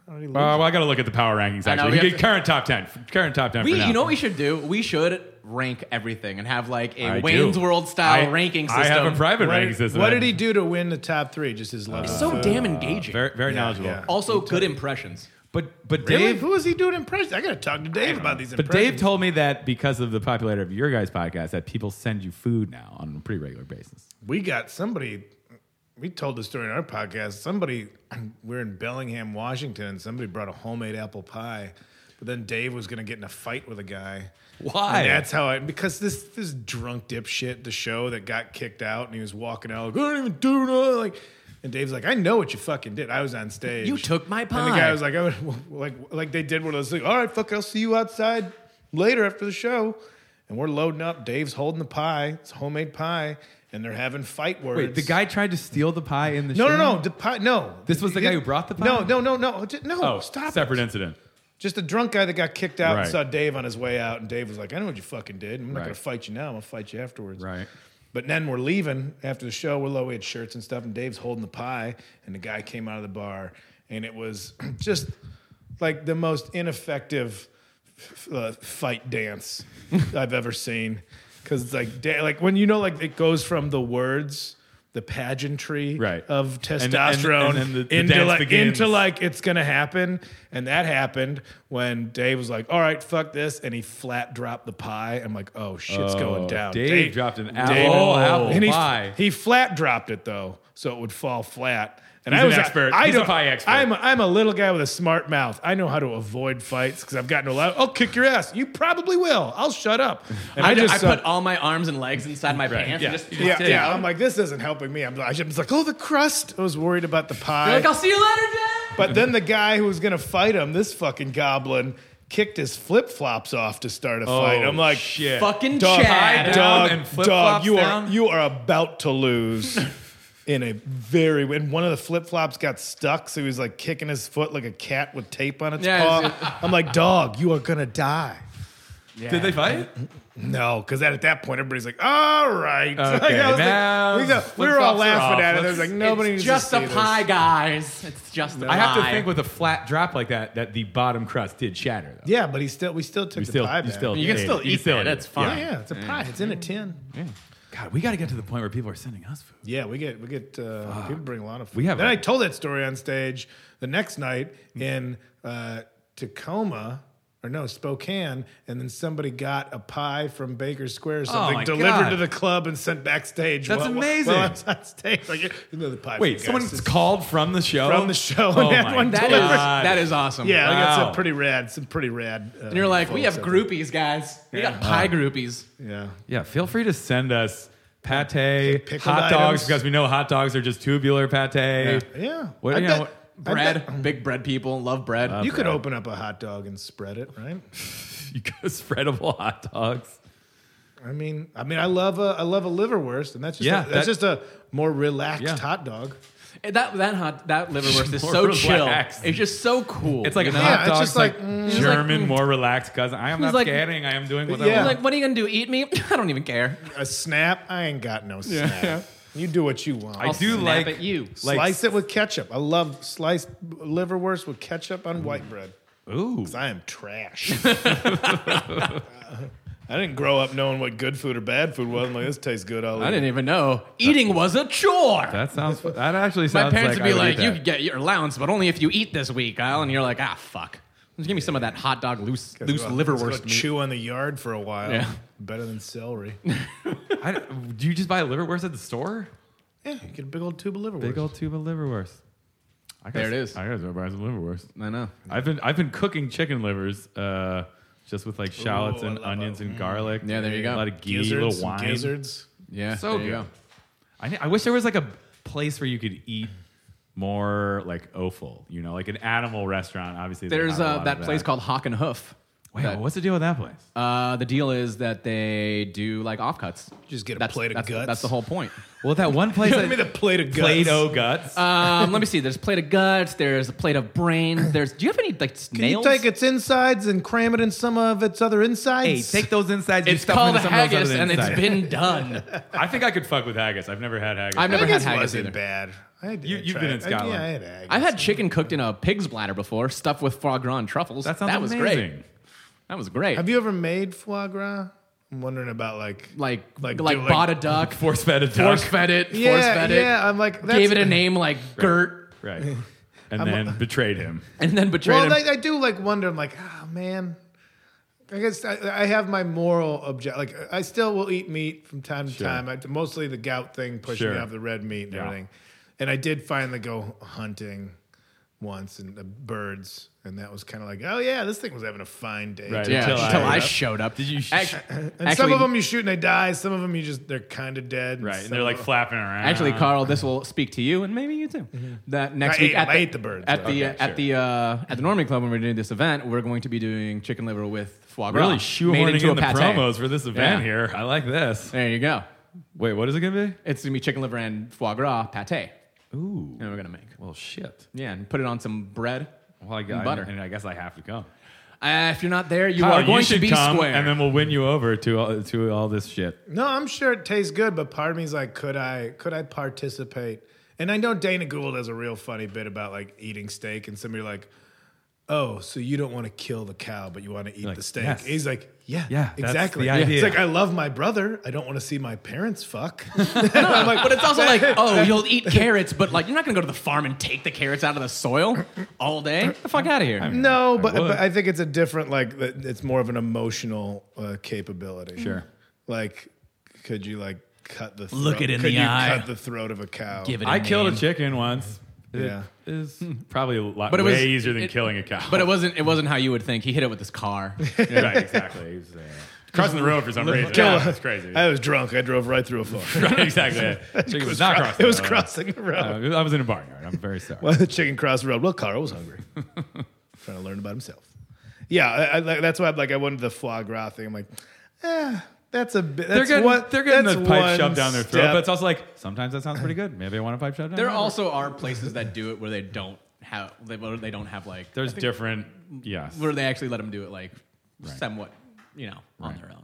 How did he lose? Uh, well, I got to look at the power rankings, I know, actually. we You have get to- current top 10. Current top 10 We, for now. you know, what we should do? We should rank everything and have like a I do. Wayne's World style I- ranking I system. have a private what, ranking did, system. what did he do to win the top three? Just his love. so damn engaging. Very, very knowledgeable. Oh, yeah. also, good impressions. But but Dave, Dave, who is he doing impressions? I gotta talk to Dave about these but impressions. Dave told me that because of the popularity of your guys' podcast, that people send you food now on a pretty regular basis. we got somebody. We told the story in our podcast. Somebody, we're in Bellingham, Washington, and somebody brought a homemade apple pie. But then Dave was gonna get in a fight with a guy. Why? And that's how I because this this drunk dipshit the show that got kicked out and he was walking out like I didn't even do nothing like and Dave's like I know what you fucking did I was on stage You took my and the pie. guy was like I would, like like they did one of those things all right fuck I'll see you outside later after the show and we're loading up Dave's holding the pie it's homemade pie and they're having fight words Wait, the guy tried to steal the pie in the no show? no no the pie no This was the guy who brought the pie? no no no no J- no Oh, stop it. separate incident. Just a drunk guy that got kicked out and Right. saw Dave on his way out, and Dave was like, "I know what you fucking did. I'm not Right. gonna fight you now. I'm gonna fight you afterwards." Right. But then we're leaving after the show. We're low. We had shirts and stuff, and Dave's holding the pie, and the guy came out of the bar, and it was just like the most ineffective f- uh, fight dance I've ever seen. Because like, da- like when you know, like it goes from the words the pageantry Right. of And- and- testosterone and then the- the into, dance like, begins. into like it's gonna happen. And that happened when Dave was like, all right, fuck this. And he flat dropped the pie. I'm like, oh shit's going down. Oh. Dave dropped an apple- whole apple and he, pie. He flat dropped it though, so it would fall flat. And He's I was an expert. I He's a don't- pie expert. I'm a, I'm a little guy with a smart mouth. I know how to avoid fights because I've gotten a lot. I'll kick your ass. You probably will. I'll shut up. And I, just, I saw- put all my arms and legs inside my pants yeah. and just yeah, twist it yeah. out. I'm like, this isn't helping me. I'm, I'm just like, oh, the crust. I was worried about the pie. Like, I'll see you later, Dad. But then the guy who was going to fight him, this fucking goblin, kicked his flip flops off to start a fight. I'm like, Oh, shit. Fucking dog, Chad. dog, and dog, flip-flops you are down? you are about to lose. In a very and one of the flip flops got stuck, so he was like kicking his foot like a cat with tape on its Yeah, it's- paw. I'm like, dog, you are gonna die. Did they fight? No, because at that point everybody's like, all right. Like, Okay, I was like- now we, got- we were flip-flops all are laughing off. at it. There's Let's- like nobody it's needs just to a see pie, guys. It's just a I have to pie. think with a flat drop like that that the bottom crust did shatter. Though. This. Yeah, but he still we still took You the still, pie you back. still, You can ate still it. You eat still it. ate That's yeah, fine. Oh, yeah, it's a pie. It's in a tin. God, we got to get to the point where people are sending us food. Yeah, we get we get uh, people bring a lot of. Food. We have Then a- I told that story on stage the next night in uh, Tacoma. Or no, Spokane, and then somebody got a pie from Baker Square or something Oh my delivered God. to the club and sent backstage. That's while- while- amazing. While I was on stage, like you know, the pie. Wait, from someone's Gus's. called from the show. From the show Oh and had my one That is, delivered. God. that is awesome. Yeah, like it's Wow. a pretty rad, some pretty rad. Uh, And you're like, we have folks up groupies, guys. We got pie groupies. there. Yeah, Yeah, feel free to send us pate, Pickled hot dogs items. because we know hot dogs are just tubular pate. yeah. What- I yeah, bet- what- I Bread, bet- big bread people love bread. Um, You could open up a hot dog and spread it, right? You got spreadable hot dogs. I mean, I mean, I love a I love a liverwurst, and that's just Yeah, a, that's that- just a more relaxed Yeah. hot dog. Eh, that that hot that liverwurst is More so chill. relaxed. It's just so cool. It's like you a know? Yeah, hot it's dog, just like, like, mm. It's like, German, mm. more relaxed because I am not like- scaring. I am doing what Yeah. I want. like, what are you gonna do? Eat me? I don't even care. A snap, I ain't got no snap. You do what you want. I do snap like at you. like- slice it with ketchup. I love sliced liverwurst with ketchup on white bread. Ooh, I am trash. I didn't grow up knowing what good food or bad food was. I'm like, this tastes good. I'll I eat it. didn't even know eating was a chore. that sounds. That actually My sounds. parents like would be I like, eat "You that. could get your allowance, but only if you eat this week, Al." And you're like, "Ah, fuck! Just give me some of that hot dog loose loose Well, let's go liverwurst meat." Chew on the yard for a while. Yeah. Better than celery. I don't- do you just buy liverwurst at the store? yeah, you get a big old tube of liverwurst. Big old tube of liverwurst. I There gotta- it is. I gotta go buy some liverwurst. I know. I've been I've been cooking chicken livers, uh, just with like shallots Ooh, I and love Mm. onions and garlic. Yeah, there you go. A lot of ghee, gizzards, a little some wine. gizzards. Yeah. So there you good. go. I, ne- I wish there was like a place where you could eat more like offal. You know, like an animal restaurant. Obviously, not There's a lot uh, of that place called Hawk and Hoof. Wait, that- what's the deal with that place? Uh, the deal is that they do like offcuts. Just get a that's, plate of that's, guts. That's the whole point. Well, that one place. Give me the plate of guts. Play-Doh guts. Um, let me see. There's a plate of guts. There's a plate of brains. There's. Do you have any like Can snails? you take its insides and cram it in some of its other insides? hey, take those insides. you It's stuff called them into something else haggis, other and than it's inside. been done. I think I could fuck with haggis. I've never had haggis. I've never had haggis haggis wasn't either. bad. I did You- you've try been in it. Scotland. I, yeah, I had haggis. I've had chicken cooked in a pig's bladder before, stuffed with foie gras and truffles. that sounds that was amazing. great. That was great. Have you ever made foie gras? I'm wondering about like like Like, like, do like like- bought a duck, Force fed a duck. force fed it, yeah, force fed it. yeah. I'm like that's, gave it a name like Gert, Right. And then betrayed him. and then betrayed Well, him. I, I do like wonder. I'm like, ah, man. I guess I, I have my moral object. Like I still will eat meat from time to Sure. time. I, mostly the gout thing pushing Sure. me off the red meat and Yeah. everything. And I did finally go hunting once and the birds, and that was kind of like, oh yeah, this thing was having a fine day. Right. too. yeah, until I- until I, uh, showed up. Did you sh- actually, And some of them you shoot and they die. Some of them you just they're kind of dead. Right. And some they're like of- flapping around. Actually, Carl, this will speak to you and maybe you too. Mm-hmm. That next I week ate at them. the, I ate the birds, at though. the Okay, uh, sure. at the uh, at the Norman Club when we're doing this event, we're going to be doing chicken liver with foie gras, really made shoehorning into in the a pate. promos for this event Yeah. here. I like this. There you go. Wait, what is it going to It's gonna be chicken liver and foie gras pate. be? Ooh. And we're gonna make Well, shit. yeah, and put it on some bread. Well, I got, And butter. And I guess I have to come. Uh, if you're not there, you Kyle, are going Oh, you should to be come, square. and then we'll win you over to all, to all this shit. No, I'm sure it tastes good, but part of me is like, could I could I participate? And I know Dana Gould has a real funny bit about like eating steak, and somebody like, oh, so you don't want to kill the cow, but you want to eat Like, the steak. yes. He's like, yeah, Yeah, that's exactly. the idea. He's like, I love my brother. I don't want to see my parents fuck. I'm like, But it's also like, oh, you'll eat carrots, but like you're not gonna go to the farm and take the carrots out of the soil all day. Get the fuck out of here. no, but, would. but I think it's a different, like, that- it's more of an emotional uh, capability. Sure. Like, could you, like, cut the throat? Look it in could the you eye. cut the throat of a cow? Give it. I killed a name. chicken once. It Yeah. is probably a lot But it way was- easier than it- killing a cow. But it wasn't. It wasn't how you would think. He hit it with his car. Yeah, right, exactly. He was, uh, crossing the road for some reason. Kill- Yeah, that's crazy. I was drunk. I drove right through a farm. Right, exactly. Chicken was not crossing. it was the road. crossing the road. Uh, I was in a barnyard. I'm very sorry. Well, the chicken crossed the road. Well, Carl was hungry, trying to learn about himself. Yeah, I, I, like- that's why I'm like I wanted the foie gras thing. I'm like, eh, that's a bit. they're That's getting, what they're getting that's the pipe one shoved down their throat, step. but it's also like sometimes that sounds pretty good. Maybe I want a pipe shoved down. There my throat. also are places that do it where they don't have. They, where they don't have like. there's different. Yes. Where they actually let them do it like Right. somewhat, you know, on their own.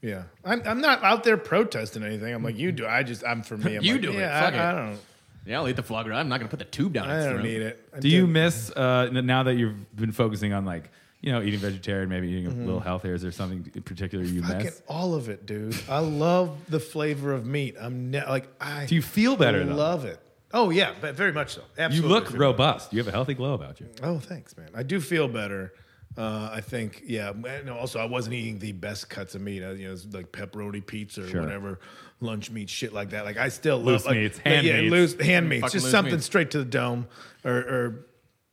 yeah, I'm, I'm not out there protesting anything. I'm like, you do. I just, I'm for me. I'm You like, do it. yeah, Fuck I, it. I don't. Yeah, I'll eat the foie gras. I'm not gonna put the tube down. I its don't throat. need it. I Do you did- miss uh, n- now that you've been focusing on like you know eating vegetarian, maybe eating a little healthier? Is there something in particular you Mm-hmm. Fucking miss? all of it, dude? I love the flavor of meat. I'm ne- like, I Do you feel better though? love it. Oh yeah, but very much so. you Absolutely. look feel robust. You have a healthy glow about you. Oh, thanks, man. I do feel better. Uh, I think, yeah. And also, I wasn't eating the best cuts of meat. I, you know, it's like pepperoni pizza or Sure. whatever, lunch meat, shit like that. Like I still Loose love like, meats, hand yeah, meats. loose hand meats, Fucking just loose something meats. straight to the dome, or, or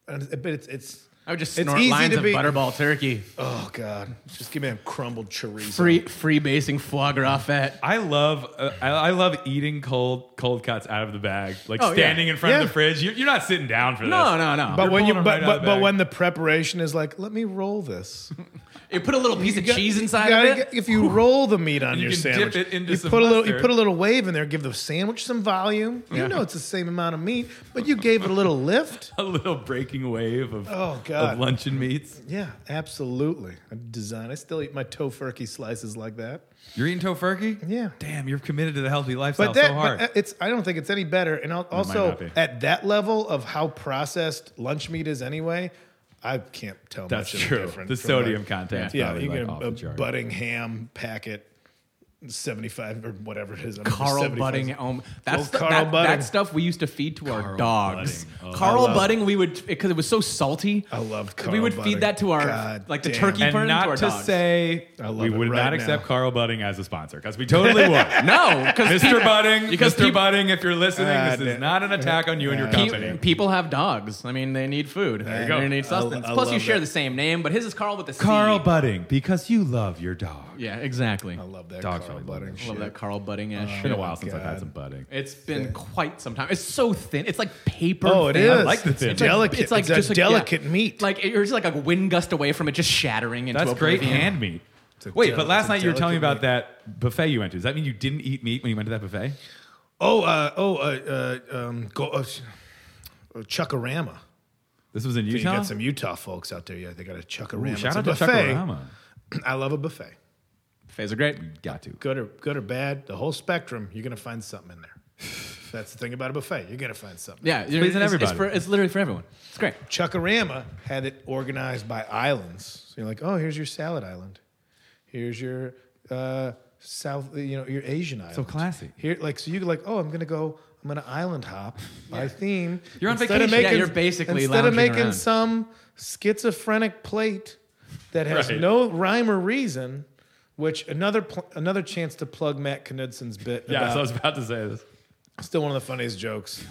and- but it's it's. I would just it's snort easy lines to of be- butterball turkey. Oh God, just give me a crumbled chorizo. Free free basing foie gras fat. I love uh, I, I love eating cold cold cuts out of the bag, like Oh, yeah. standing in front of Yeah. the fridge. You're, you're not sitting down for No, this. no, no. But You're when you pulling 'em but, right out of but, the but bag. when the preparation is like, let me roll this. you put a little piece of got- cheese inside you of it. gotta get- if you roll the meat on And you your can dip sandwich, it into you some put a little, you mustard. put a little wave in there, give the sandwich some volume. Yeah. You know it's the same amount of meat, but you gave it a little lift. a little breaking wave of Oh, God. of luncheon meats. Yeah, absolutely. I design. I still eat my tofurkey slices like that. You're eating tofurkey. Yeah. Damn, you're committed to the healthy lifestyle But uh, that, so but hard. it's. I don't think it's any better. And al- not also be. at that level of how processed lunch meat is, anyway, I can't tell That's much of a true. difference. The from, like, sodium content's Yeah, probably you like get off the a, a chart. budding ham packet, seventy-five or whatever it is. I don't know, Carl 75. Budding. Um, that's Old the, Carl that, Budding. that stuff we used to feed to our dogs. Budding. Oh. Carl Budding, we would because it was so salty. I loved We Carl would Budding. feed that to our God like the damn. turkey and burn to not our to dogs. say love we it would right not now. accept Carl Budding as a sponsor because we totally would. no, because Mr. Budding, Because Mr. peop- Budding, if you're listening, Ah, this is da- not an attack on you and your Yeah. Pe- company. people have dogs. I mean, they need food. you They go. need I- sustenance. I Plus, you love share it. the same name, but his is Carl with the C. Carl Budding, because you love your dog. Yeah, exactly. I love that Dogs Carl really Budding. love Love shit. Uh, that Carl Budding ass It's been shit. a while since I've had God. some budding. It's been quite some time. It's so thin. It's like paper. Oh, it thin. is. I like the thin. It's delicate. It's like It's a just like, yeah. delicate meat. Like you're just like a wind gust away from it just shattering into That's great oblivion. hand meat. a Wait, del- but it's last a night you were telling me about delicate that buffet you went to. Does that mean you didn't eat meat when you went to that buffet? Oh, uh, oh, uh, uh, um, go, uh, sh- uh, Chuckarama. This was in You Utah. got some Utah folks out there. Yeah, they got a Chuckarama. Ooh, shout out it's a to buffet. Chuckarama. I love a buffet. Buffets are great. Got to. Good or good or bad, the whole spectrum. You're gonna find something in there. That's the thing about a buffet. You're gonna find something. Yeah, you're- pleasing it's, everybody. It's, for, it's literally for everyone. It's great. Chuckarama had it organized by islands. So you're like, oh, here's your salad island. Here's your uh, south, you know, your Asian island. classy. Here, like, so you like, oh, I'm gonna go. I'm gonna island hop by theme. You're on Instead of vacation. Yeah, making- you're basically instead of lounging making around. some schizophrenic plate that has Right. no rhyme or reason. Which another pl- another chance to plug Matt Knudsen's bit. Yeah, about, so I was about to say this. still one of the funniest jokes.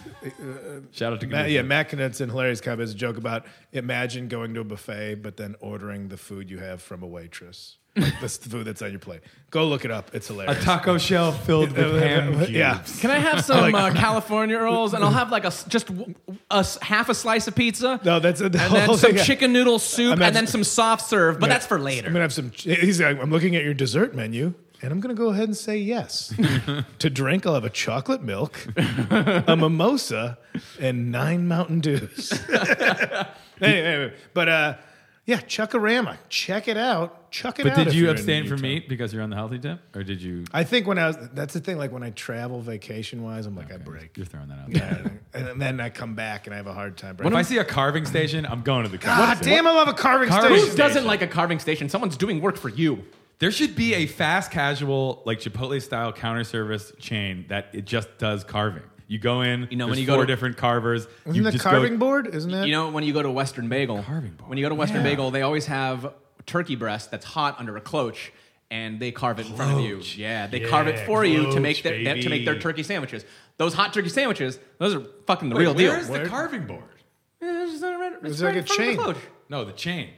Shout out to Matt, yeah, Matt Knudsen, hilarious comment is a joke about imagine going to a buffet but then ordering the food you have from a waitress. Like this food that's on your plate. Go look it up. It's A hilarious. taco shell filled with ham cubes. yeah. Can I have some uh, California rolls and I'll have like a s- just w- a s- half a slice of pizza? No, that's the and then whole some thing. chicken noodle soup I'm not- and then some soft serve, but Yeah. that's for later. I'm gonna have some. He's like, I'm looking at your dessert menu, and I'm gonna go ahead and say yes. to drink, I'll have a chocolate milk, a mimosa, and nine Mountain Dews. anyway, anyway, but uh, Yeah, Chuckarama. Check it out. Chuck it But out. did if you you're in abstain from Utah. meat because you're on the healthy tip, or did you? I think when I was, that's the thing. Like when I travel vacation wise, I'm like, I break. You're throwing that out. there. And then I come back and I have a hard time. If breaking. I see a carving station, I'm going to the carving God station. damn, I love a carving Carving Who station. station. doesn't like a carving station? Someone's doing work for you. There should be a fast casual, like Chipotle style counter service chain that it just does carving. You go in, you know, know, when there's you go four to- different carvers. Isn't you the just carving go, board? Isn't that? You know, when you go to Western Bagel, Carving board. when you go to Western Bagel, they always have turkey breast that's hot under a cloche, and they carve it in front of you. Yeah, they carve it Yeah, for you to cloche, make their to make their baby. turkey sandwiches. Those hot turkey sandwiches, those are fucking the real deal. Where's Where- the carving board? Yeah, it's just right- it's It's right like in a front of the chain. cloche. No, the chain.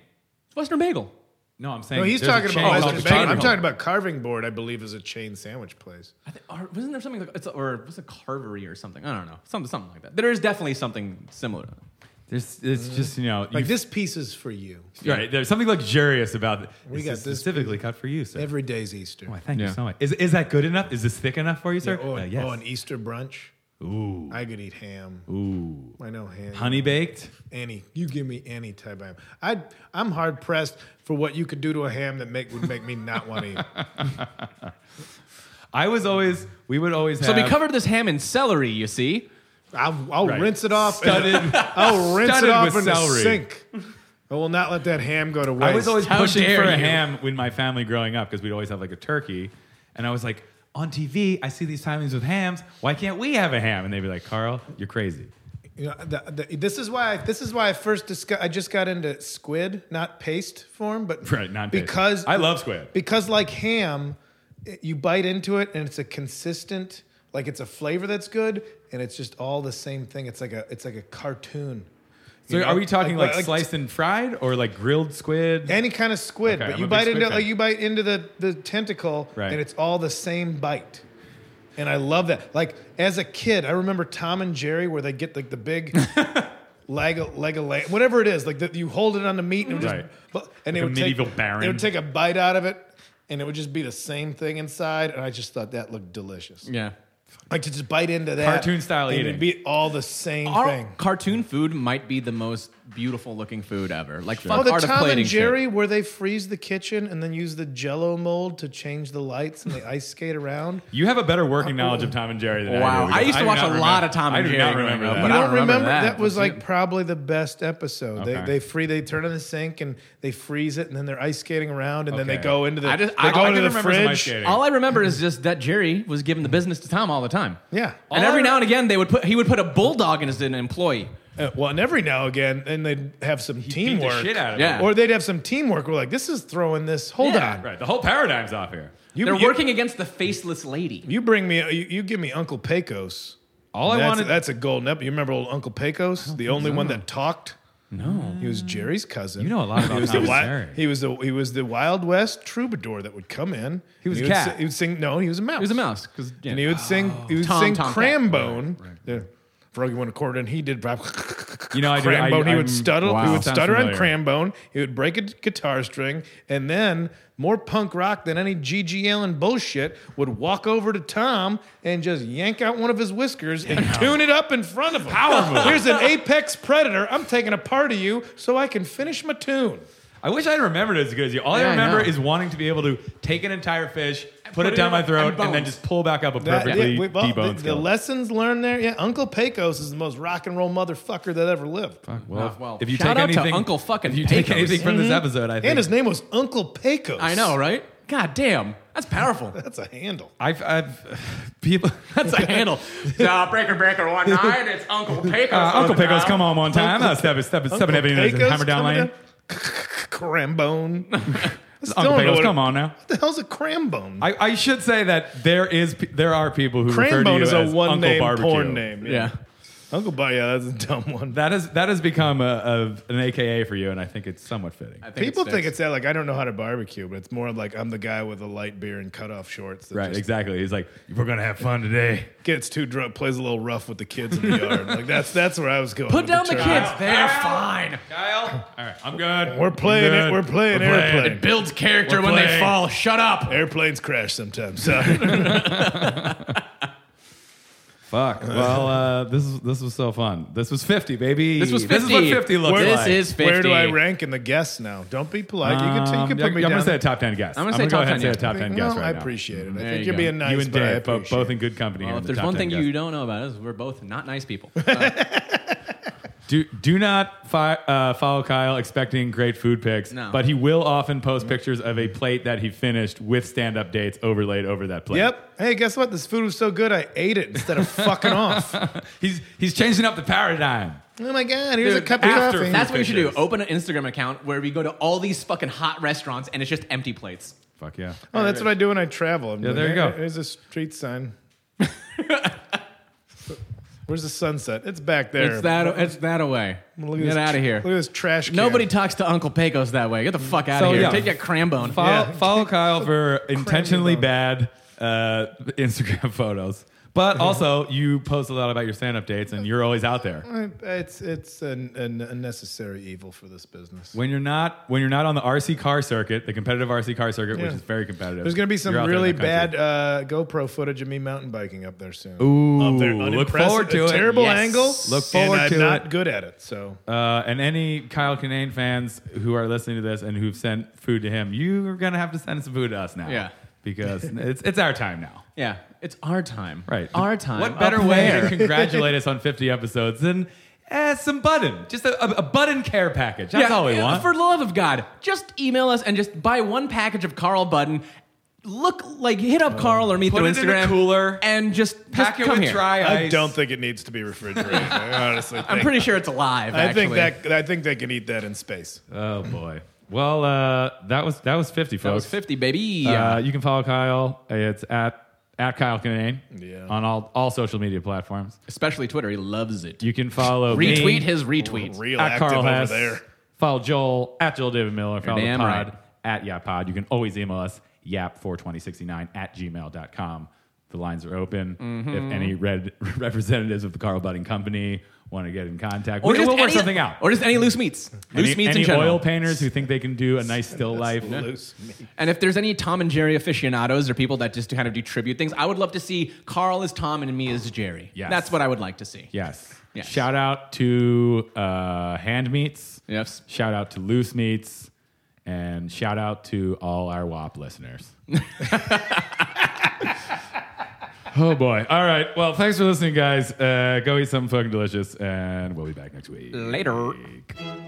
It's Western Bagel. No, I'm saying. no, he's there's a talking chain about. called Western the Bagel. Carving I'm Board. talking about carving board. I believe is a chain sandwich place. I think, or wasn't there something? Like, it's or what's a carvery or something? I don't know. Something something like that. There is definitely something similar. to that. There's, it's just you know, you, Like this piece is for you. right? There's something luxurious about it. We This got is this- specifically cut for you, sir. Every day's Easter. Why, thank Yeah. you so much. Is, is that good enough? Is this thick enough for you, sir? Oh, Oh, Uh, and- yes. e- oh, an Easter brunch. Ooh, I could eat ham. ooh, I know ham. honey baked. Any, you give me any type of ham. I, I'm hard pressed for what you could do to a ham that make would make me not want to eat. I was always. We would always have. So we covered this ham and celery. You see, I'll, I'll Right. rinse it off. and- Studded- I'll rinse it studded off with in the celery. sink. I will not let that ham go to waste. I was always How pushing dare for a you. ham with my family growing up because we'd always have like a turkey. And I was like, on TV, I see these timings with hams. Why can't we have a ham? And they'd be like, Carl, you're crazy. You know, the, the, this is why. This is why I first discuss. I just got into squid, not paste form, but Right, not paste. because I love squid. because like ham, it- you bite into it and it's a consistent, like it's a flavor that's good, and it's just all the same thing. It's like a it's like a cartoon. So You know? are we talking like, t- sliced and fried or like grilled squid? any kind of squid, Okay, but I'm you a big bite squid into fan. like you bite into the the tentacle, Right. and it's all the same bite. And I love that. Like as a kid, I remember Tom and Jerry where they get like the big leg, leg of lamb, whatever it is. Like that you hold it on the meat and it would just, Right. but- and Like it a would medieval take, baron. It would take a bite out of it, and it would just be the same thing inside. And I just thought that looked delicious. yeah. Like to just bite into that Cartoon style and eating. It'd be all the same Our thing. cartoon food might be the most beautiful looking food ever. Like fuck Oh, the art of Tom plating and Jerry shit. where they freeze the kitchen and then use the Jello mold to change the lights and they ice skate around. You have a better working knowledge of Tom and Jerry than I do. Oh. Wow, because I used to do watch not a remember- lot of Tom and I do Jerry not growing remember up, that. but You I don't don't remember remember? that. That was like probably the best episode. They Okay. they free they turn in the sink and they freeze it and then they're ice skating around and then they Okay. go into the I just- they I- go all I into can the remember is my fridge. skating. All I remember is just that Jerry was giving the business to Tom all the time. Yeah. And All every I- now and again, they would put he would put a bulldog in as an employee. Uh, well, and every now and again, and they'd have some Beat the teamwork. shit out of Yeah. it. Or they'd have some teamwork. We're like, this is throwing this. Hold Yeah. on. Right, the whole paradigm's off here. You, They're you- working against the faceless lady. You bring me. You, you give me Uncle Pecos. All I that's, wanted- That's a golden episode. You remember old Uncle Pecos, the only one that talked. No, he was Jerry's cousin. You know a lot about He was Tom the and wi- Jerry. he was the he was the Wild West troubadour that would come in. He was and a he would cat. sing- he would sing. No, he was a mouse. It was a mouse. 'cause, yeah. And he would sing. He would Tom, sing Tom, cat. Crambone. Yeah. Froggy went a quarter, and he did. You know, I do- I- Crambone. he I'm- would stutter. He wow. would Sounds stutter on familiar. Crambone. He would break a guitar string, and then more punk rock than any G.G. Allen bullshit would walk over to Tom and just yank out one of his whiskers and tune it up in front of him. Power move. Here's an apex predator. I'm taking a part of you so I can finish my tune. I wish I'd remembered it as good as you. All Yeah, I I remember know. is wanting to be able to take an entire fish, put, put it it down in- my throat, and and, then bones. just pull back up a That- perfectly yeah, we- well, deboned the, the skeleton. lessons learned there. Yeah, Uncle Pecos is the most rock and roll motherfucker that ever lived. Well, Oh, well, if you shout take out to anything, Uncle fucking if you take Pecos. anything from this episode, I think Mm-hmm. And his name was Uncle Pecos. I know, right? God damn, that's powerful. That's a handle. I've, I've people. That's a handle. Uh, breaker, breaker, one nine. It's Uncle Pecos. Uh, Uncle Pecos, now. come home on time. Uh, step, step, step, and Pecos hammer down coming lane. Crambone. I still Uncle don't know Pecos, what- come on now. What the hell's a crambone? I, I should say that there is pe- there are people who refer to crambone you is a as one Uncle name Barbecue. porn name. Yeah. Uncle Bar, yeah, that's a dumb one. That is that has become a, a, an AKA for you, and I think it's somewhat fitting. I think People it think sticks. it's that like I don't know how to barbecue, but it's more like I'm the guy with a light beer and cut off shorts. That Right, just exactly. He's like, we're gonna have fun today. Gets too drunk, plays a little rough with the kids in the yard. Like that's that's where I was going. Put with down the term. kids. They're fine. Kyle, all right, I'm good. We're playing I'm it. good. We're playing airplane. It builds character We're when they playing. fall. Shut up. Airplanes crash sometimes. Sorry. Fuck. Well, uh, this is this was so fun. This was fifty, baby. This was 50. This is what fifty looks This like. is 50. Where do I rank in the guests now? Don't be polite. You can, you Um, can yeah, put me I'm down. gonna say a top ten guess. I'm gonna I'm say go top ahead and 10, say a top ten no, guess right I now. appreciate it. I There think you you're go. being nice, you and but I Dave bo- appreciate both it. in good company. Well, on if the there's top one 10 thing guess. you don't know about us, we're both not nice people. Uh, do, do not fi- uh, follow Kyle expecting great food pics, No. but he will often post pictures of a plate that he finished with stand up dates overlaid over that plate. Yep. Hey, guess what? This food was so good, I ate it instead of fucking off. Oh He's he's changing up the paradigm. my god! Here's Dude, a cup after- of coffee. that's what you should do. Pictures. Open an Instagram account where we go to all these fucking hot restaurants and it's just empty plates. Fuck yeah. oh, that's what I do when I travel. I'm Yeah, like, there you go. "Hey, Here's a street sign. Where's the sunset? It's back there. It's that. It's that away. Look at Get this out tr- of here. Look at this trash. Can. Nobody talks to Uncle Pecos that way. Get the fuck out So, of here. yeah. Take that crambone. Follow, Yeah. follow Kyle for intentionally bone. bad uh, Instagram photos. But also, you post a lot about your stand up dates, and you're always out there. It's it's an, an unnecessary evil for this business. When you're not when you're not on the RC car circuit, the competitive RC car circuit, which Yeah. is very competitive. There's gonna be some you're out there in really the country. bad uh, GoPro footage of me mountain biking up there soon. Ooh, up there, look unimpressive, forward to a it. Terrible Yes. angle. Look and forward I'm to not it. good at it. So Uh, and any Kyle Kinane fans who are listening to this and who've sent food to him, you are gonna have to send some food to us now. Yeah. because it's it's our time now. Yeah, it's our time. Right. our time. What up better way to there. congratulate us on 50 episodes than eh, some button, just a, a, a button care package. That's Yeah, all we yeah, want. For the love of God, just email us and just buy one package of Carl Button. Look like hit up Carl or me Put through it in a Instagram cooler, and just, Pack just it come with here. dry I ice. don't think it needs to be refrigerated. I honestly, think. I'm pretty sure it's alive. I think actually. that I think they can eat that in space. Oh boy. Well, uh, that was that was 50, folks. that was 50, baby. Uh, you can follow Kyle. It's at at Kyle Kinane Yeah. on all all social media platforms. Especially Twitter. He loves it. You can follow me. Retweet his retweet. Real at active Carl over Hess. there. Follow Joel at Joel David Miller. Follow the damn pod right. at Yap Pod. You can always email us yap42069 at gmail.com. The lines are open. Mm-hmm. If any red representatives of the Carl Budding Company want to get in contact, we'll, we'll work any- something out. Or just any loose meats. Loose any meats any in general. oil painters who think they can do a nice still life. Loose. And if there's any Tom and Jerry aficionados or people that just kind of do tribute things, I would love to see Carl as Tom and me as Jerry. Yes. That's what I would like to see. Yes. Yes. Shout out to uh, Hand Meats. Yes. Shout out to Loose Meats. And shout out to all our WAP listeners. oh boy. All right. Well, thanks for listening, guys. Uh, go eat something fucking delicious, and we'll be back next week. Later. Week.